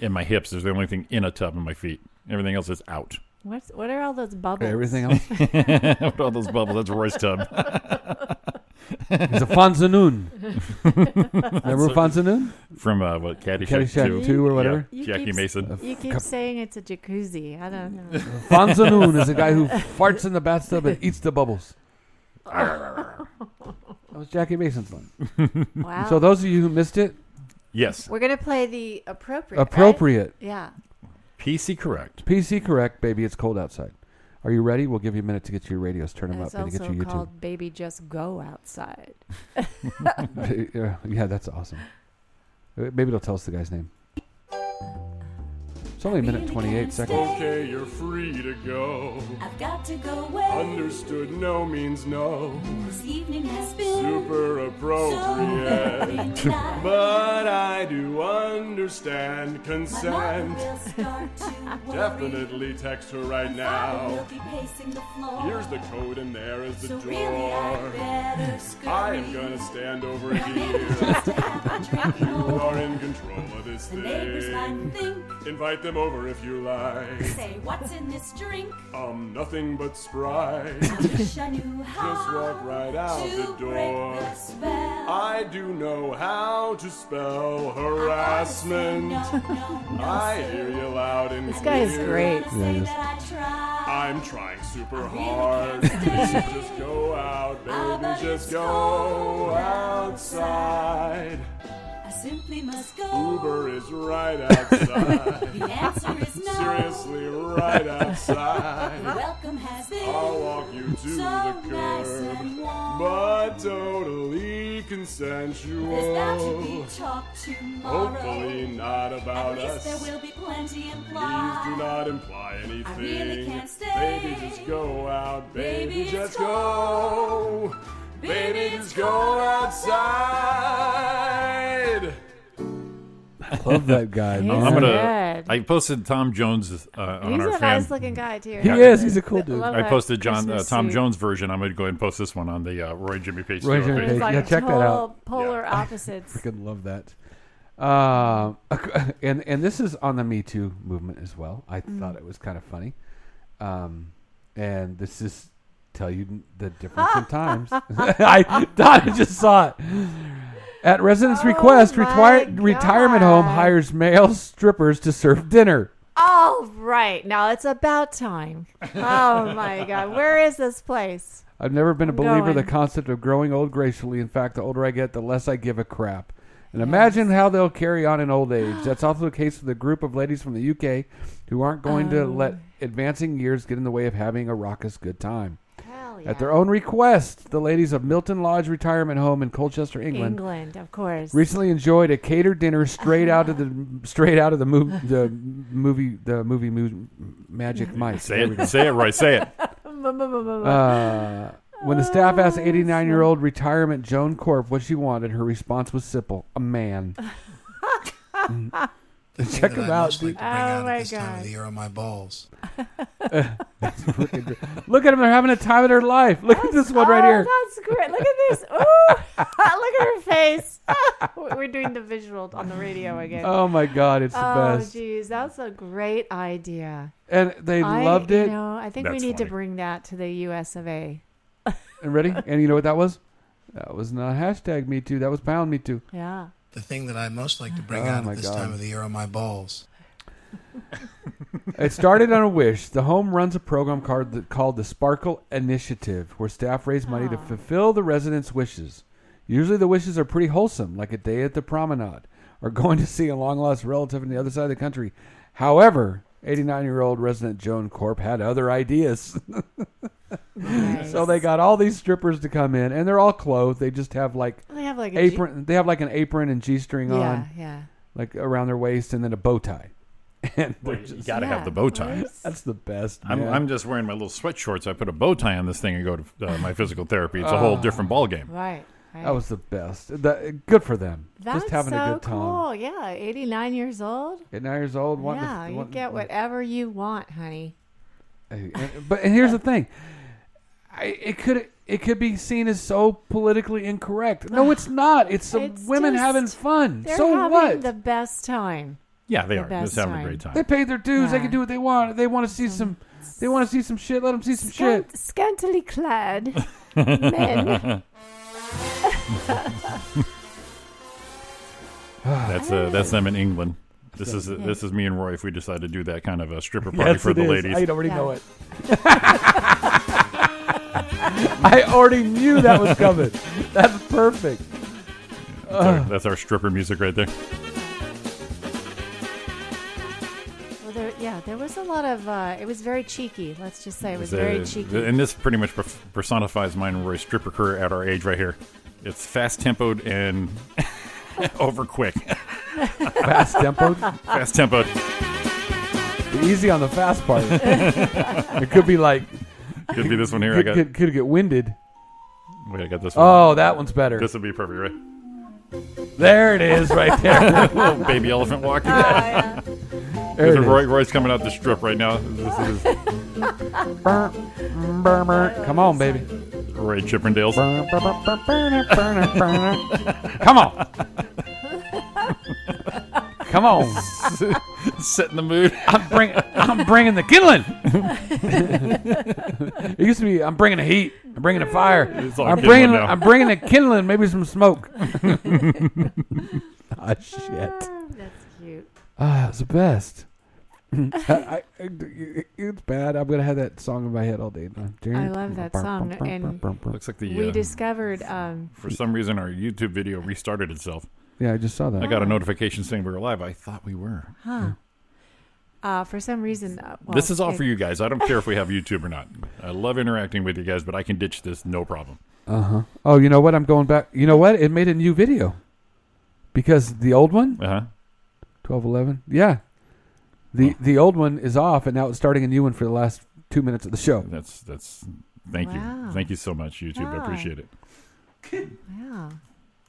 and my hips. There's the only thing in a tub and my feet. Everything else is out.
What's what are all those bubbles?
With all those bubbles, that's Roy's tub.
It's a Fanzanoon. Remember Fanzanoon?
From uh, what Caddyshack,
Caddyshack 2 or whatever?
Yeah,
You
Jackie
keep- Uh,
Mason.
You keep saying it's a jacuzzi. I don't know.
Fanzanoon is a guy who farts in the bathtub and eats the bubbles. That was Jackie Mason's one.
Wow.
So those of you who missed it,
Yes.
We're gonna play the appropriate. right?
Appropriate.
Yeah.
PC correct.
PC correct, baby. It's cold outside. Are you ready? We'll give you a minute to get your radios. Turn them
And
up
it's
and
also
get your YouTube.
called "Baby Just Go Outside."
yeah, that's awesome. Uh, Maybe it'll tell us the guy's name. It's only a minute 28 seconds.
Okay, you're free to go.
I've got to go away.
Understood, no means no.
This evening has been
Super appropriate.
So nice.
but I do understand
My
consent.
mom will start to worry.
Definitely text her right
Father
now.
will be pacing the floor.
Here's the code and there is the
So
door.
really I'd better scurry.
I am gonna stand over here. you are in control of this
The neighbors
thing.
might think,
Invite them over if you like.
say, what's in this drink?
Um, nothing but Sprite.
Wish I knew
Just
how.
walk right out the
To break
door.
the spell.
I do know how to spell harassment. I hear you loud and
This guy is
clear.
great. Yeah, he is. I tried.
I'm trying super hard. just go out, baby. Just go outside.
I simply must go.
Uber is right outside.
The answer is no.
Seriously, right
The
outside.
welcome has been
I'll walk you to
so
the
nice
curb,
and warm.
but totally
There's bound to
consensual.
be talk tomorrow.
Hopefully not
At
about
least
us.
there will be plenty
Please
implied.
do not imply anything.
really can't stay.
Baby, just go out. Baby,
Baby,
just
it's
go. Baby, just go outside.
I love that guy.
He's
man.
I'm gonna.
Red.
I posted Tom Jones uh, on
He's
our
a
fan.
nice-looking guy, too.
He
I
is. He's a cool
love
dude.
that
I posted John uh,
Christmas
Tom
suit.
Jones version. I'm going to go ahead and post this one on the uh, Roy Jimmy Page.
Roy
show
Jimmy
page.
It's
Page.
like
Yeah, check that
total
out.
Polar opposites.
freaking love that. Um, ac- and and this is on the Me Too movement as well. I
Mm.
thought it was kind of funny, um, and this is tell you the difference in times. I Donna just saw it. At residents' request, retire- retirement home hires male strippers to serve dinner.
All right, now it's about time. Oh my God, where is this place?
I've never been a
I'm
believer of the
going.
concept of growing old gracefully. In fact, the older I get, the less I give a crap. And imagine how they'll carry on in old age. That's also the case with a group of ladies from the UK who aren't going to
Oh.
let advancing years get in the way of having a raucous good time.
Hell
At their own request, the ladies of Milton Lodge Retirement Home in Colchester, England,
England, of course.
recently enjoyed a catered dinner straight out of the straight out of the, mov- the movie the movie mo- Magic Mike.
Say
There we go.
it. Say it, Roy. Say it.
Uh, when the staff asked 89 year old retirement Joan Corp what she wanted, her response was simple a man. Mm. Check him out.
Like to bring
Oh
out
my
at this time
God.
of the year are my balls.
Look at him. They're having a time of their life. Look at this one right
Oh,
here.
That's great. Look at this. Ooh, look at her face. We're doing the visual on the radio again.
Oh my God, it's the
Oh,
best.
geez, that's a great idea.
And they
I,
loved
you
it.
know, I think we
That's
need to
funny.
bring that to the U.S. of A.
And ready? And you know what that was? That was not hashtag me too. That was pound me too.
Yeah.
The thing that I most like to bring
Oh
out
my
at this
God.
time of the year are my balls.
It started on a wish. The home runs a program called the, called the Sparkle Initiative, where staff raise money to fulfill the residents' wishes. Usually, the wishes are pretty wholesome, like a day at the promenade or going to see a long lost relative on the other side of the country. However, 89 year old resident Joan Corp had other ideas. So they got all these strippers to come in, and they're all clothed. They just have like
They have, like, a G-
apron. they have like an apron and g string
Yeah,
on,
yeah.
like around their waist, and then a bow tie. And
Well,
they're
you
just-
gotta have Yeah, the bow tie. right?
That's the best.
I'm,
man.
I'm just wearing my little sweatshorts. I put a bow tie on this thing and go to uh, my physical therapy. It's a whole
Ah.
different ball game.
Right. right.
That was the best. The- good for them.
That's
just having
so
a good time.
cool. Yeah, 89 years old.
At nine years old, wanting to-
yeah, you
wanting-
get whatever you want, honey.
Hey, and- But and here's the thing, I, it could it could be seen as so politically incorrect. No, it's not. It's some
It's
women
just-
having fun.
They're
So
having
what?
the best time.
Yeah, they
The
are. They're
best
just having a great time.
They paid their dues. They can do what they want. They want to see some. They want to see some shit. Let them see some shit.
Scant- scantily clad men.
That's uh, that's them in England. This is
Yeah.
this is me and Roy if we decide to do that kind of a stripper party for
it
the
is.
ladies.
I already
Yeah.
know it. I already knew that was coming. That's perfect.
That's our- that's our stripper music right there.
Well, there, yeah, there was a lot of. Uh, it was very cheeky. Let's just say it was
The-
very cheeky.
And this pretty much perf- personifies mine and Roy's stripper career at our age right here. It's fast tempoed and over quick.
Fast tempoed?
Fast tempoed.
Easy on the fast part. it could be like.
Could be this one here. I
Could,
got-
could, could get winded.
Wait, I got this one.
Oh, that one's better.
This would be perfect, right?
There it is, right there.
Little baby elephant walking.
There it is.
Roy, Roy's coming out the strip right now. This is
Burr, burr, burr. Come on, baby.
Roy Chippendales.
Come on. Come on.
Setting the mood.
I'm, bring, I'm bringing the kindling. it used to be I'm bringing the heat. I'm bringing the fire.
It's all
I'm
kindling
bringing
now.
I'm bringing the kindling. Maybe some smoke. ah shit.
That's cute.
Ah, it's the best. I- I- it- it's bad. I'm gonna have that song in my head all day.
I love that song, and
Looks like the.
we
uh,
discovered um,
for some reason, our YouTube video restarted itself.
Yeah, I just saw that.
I
Oh.
got a notification saying we were live. I thought we were.
huh. Uh, for some reason, uh,
Hmm.
well,
this is all
it-
for you guys. I don't care if we have YouTube or not. I love interacting with you guys, but I can ditch this no problem.
Uh huh. Oh, you know what? I'm going back. You know what? It made a new video because the old one.
Uh
Uh-huh.
huh.
Twelve eleven. Yeah. The the old one is off, and now it's starting a new one for the last two minutes of the show.
That's that's. Thank
Wow. Ah,
you, thank you so much, YouTube. I
Wow.
appreciate it.
Wow,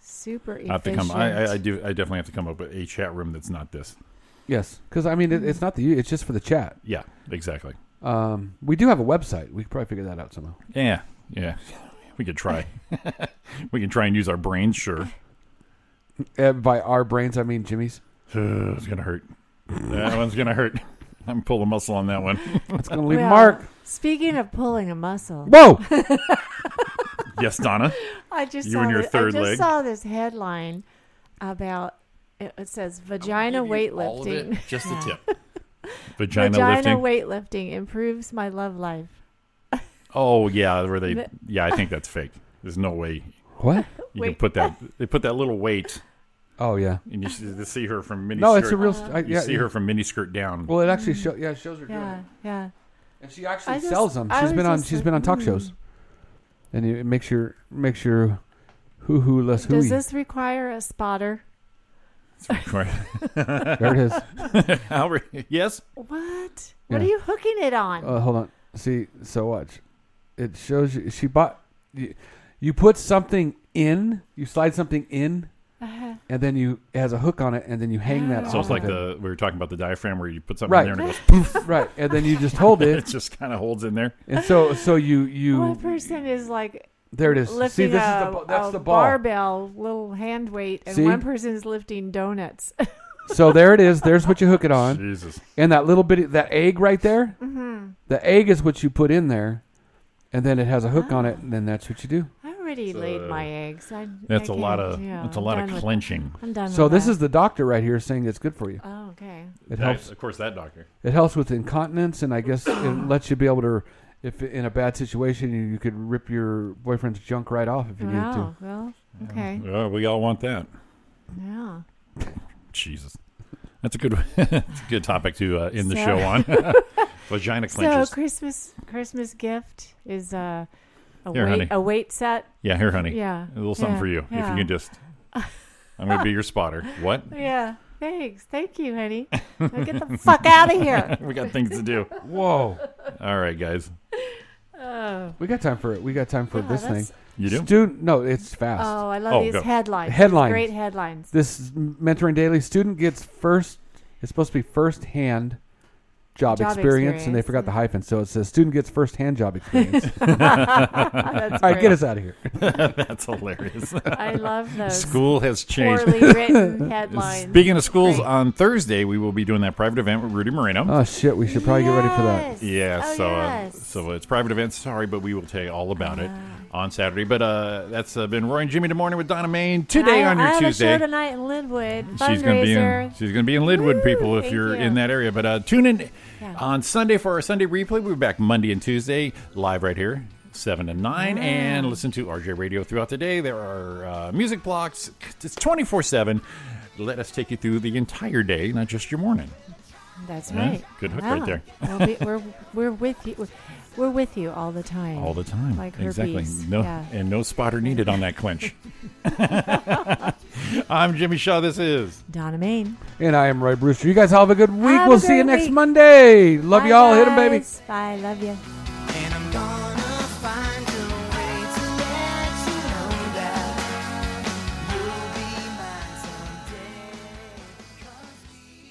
super
I
efficient.
have to come. I, I, I do. I definitely have to come up with a chat room that's not this.
Yes, because I mean, it, it's not the. It's just for the chat.
Yeah, exactly.
Um, we do have a website. We could probably figure that out somehow.
Yeah, yeah. We could try. we can try and use our brains. Sure,
And Uh, by our brains, I mean Jimmy's.
it's gonna hurt. that one's gonna hurt. I'm pulling muscle on that one.
It's gonna leave
Uh, Well,
Mark.
Speaking of pulling a muscle,
Whoa!
yes, Donna.
I just
you
saw
and your
this,
third
I just
leg.
saw this headline about it it says vagina weightlifting.
all of it, just the tip.
Vagina, lifting.
weightlifting improves my love life.
Oh yeah, where they?
The-
Yeah, I think that's fake. There's no way.
What?
You can
Wait.
put that. They put that little weight.
Oh yeah.
And you see, see her from mini.
No, it's a real- I-
you
yeah,
see
yeah.
her from mini skirt down.
Well, it actually show, yeah it shows her doing
Yeah,
it.
yeah.
And she actually
I just-
sells them.
I
She's
was
been on.
just
She's
like,
been on talk
hmm.
shows, and it makes your makes your hoo hoo less hooey.
Does this require a spotter?
there it is.
is. yes.
What? What
Yeah.
are you hooking it on?
Uh, hold on. See, so watch. It shows you. She bought. You, you put something in. You slide something in,
Uh-huh. Oh.
and then you it has a hook on it, and then you hang that.
So
off
it's like
of it.
the we were talking about the diaphragm where you put something
Right.
in there and it goes poof.
right, and then you just hold
it
it,
just kind of holds in there.
and so so you you
One person is like
There it is. See,
Oh, Lifting
this is the
a,
ba- that's
a
the ball.
barbell, little hand weight, and
See?
one person is lifting donuts.
so there it is. There's what you hook it on.
Jesus.
And that little bit, that egg right there.
Mhm.
The egg is what you put in there, and then it has a hook on it, and then that's what you do.
I already laid my eggs. I,
uh, That's
a
a lot of- that's a lot of clenching.
I'm done.
So
with
this
that.
is the doctor right here saying it's good for you.
Oh, okay.
It
That-
helps.
Of course, that doctor.
It helps with incontinence, and I guess it lets you be able to, if in a bad situation, you, you could rip your boyfriend's junk right off if you needed to.
Wow. Well, okay.
Yeah, we all want that.
Yeah.
Jesus. That's a good. that's a good topic to uh, end the
So-
show on. Vagina
So
clenches.
Christmas Christmas gift is uh, a
Here,
weight
honey.
a weight set.
yeah, here, honey.
Yeah.
A little something
yeah,
for you. If
yeah.
you can just. I'm gonna be your spotter. What?
Yeah. Thanks. Thank you, honey. Now get the fuck out of here.
we got things to do.
Whoa.
All right, guys.
Oh.
We got time for it. We got time for
Yeah,
this thing.
that's-
You do?
Student? No, it's fast.
Oh, I love these headlines.
Headlines.
Great headlines.
This is mentoring daily student gets first. It's supposed to be first hand job,
Job
experience, and they
experience.
forgot the hyphen, so it says student gets first hand job experience. All
Oh, That's
right, get
great.
us out of here.
That's hilarious.
I love those
School has changed.
poorly written headlines.
Speaking of schools, on Thursday we will be doing that private event with Rudy Moreno.
Oh shit, we should probably get ready for that.
Yeah,
Oh,
so
yes.
Uh, so it's private event. Sorry, but we will tell you all about it
Ah.
on Saturday. But uh, that's uh, been Roy and Jimmy in the morning with Donna Main today
I,
on your
I have
Tuesday.
a show tonight in Linwood.
She's gonna be in.
Fundraiser.
She's gonna be in Lidwood, people. If
thank
you're
you.
in that area, but uh, tune in on Sunday for our Sunday replay. We'll be back Monday and Tuesday live right here, seven to nine, and listen to RJ Radio throughout the day. There are uh, music blocks. It's twenty four seven. Let us take you through the entire day, not just your morning.
That's
Yeah,
right.
good hook right there.
we'll be, we're, we're with you. We're, we're with you all the time.
All the time.
Like
exactly.
herpes.
No,
Yeah.
and no spotter needed on that clinch. I'm Jimmy Shaw. This is
Donna Main.
And I am Roy Brewster. You guys have a good week.
Have a
we'll see you
great
next
week.
Monday. Love
Bye,
y'all. Hit 'em, baby.
guys. Bye. Love you.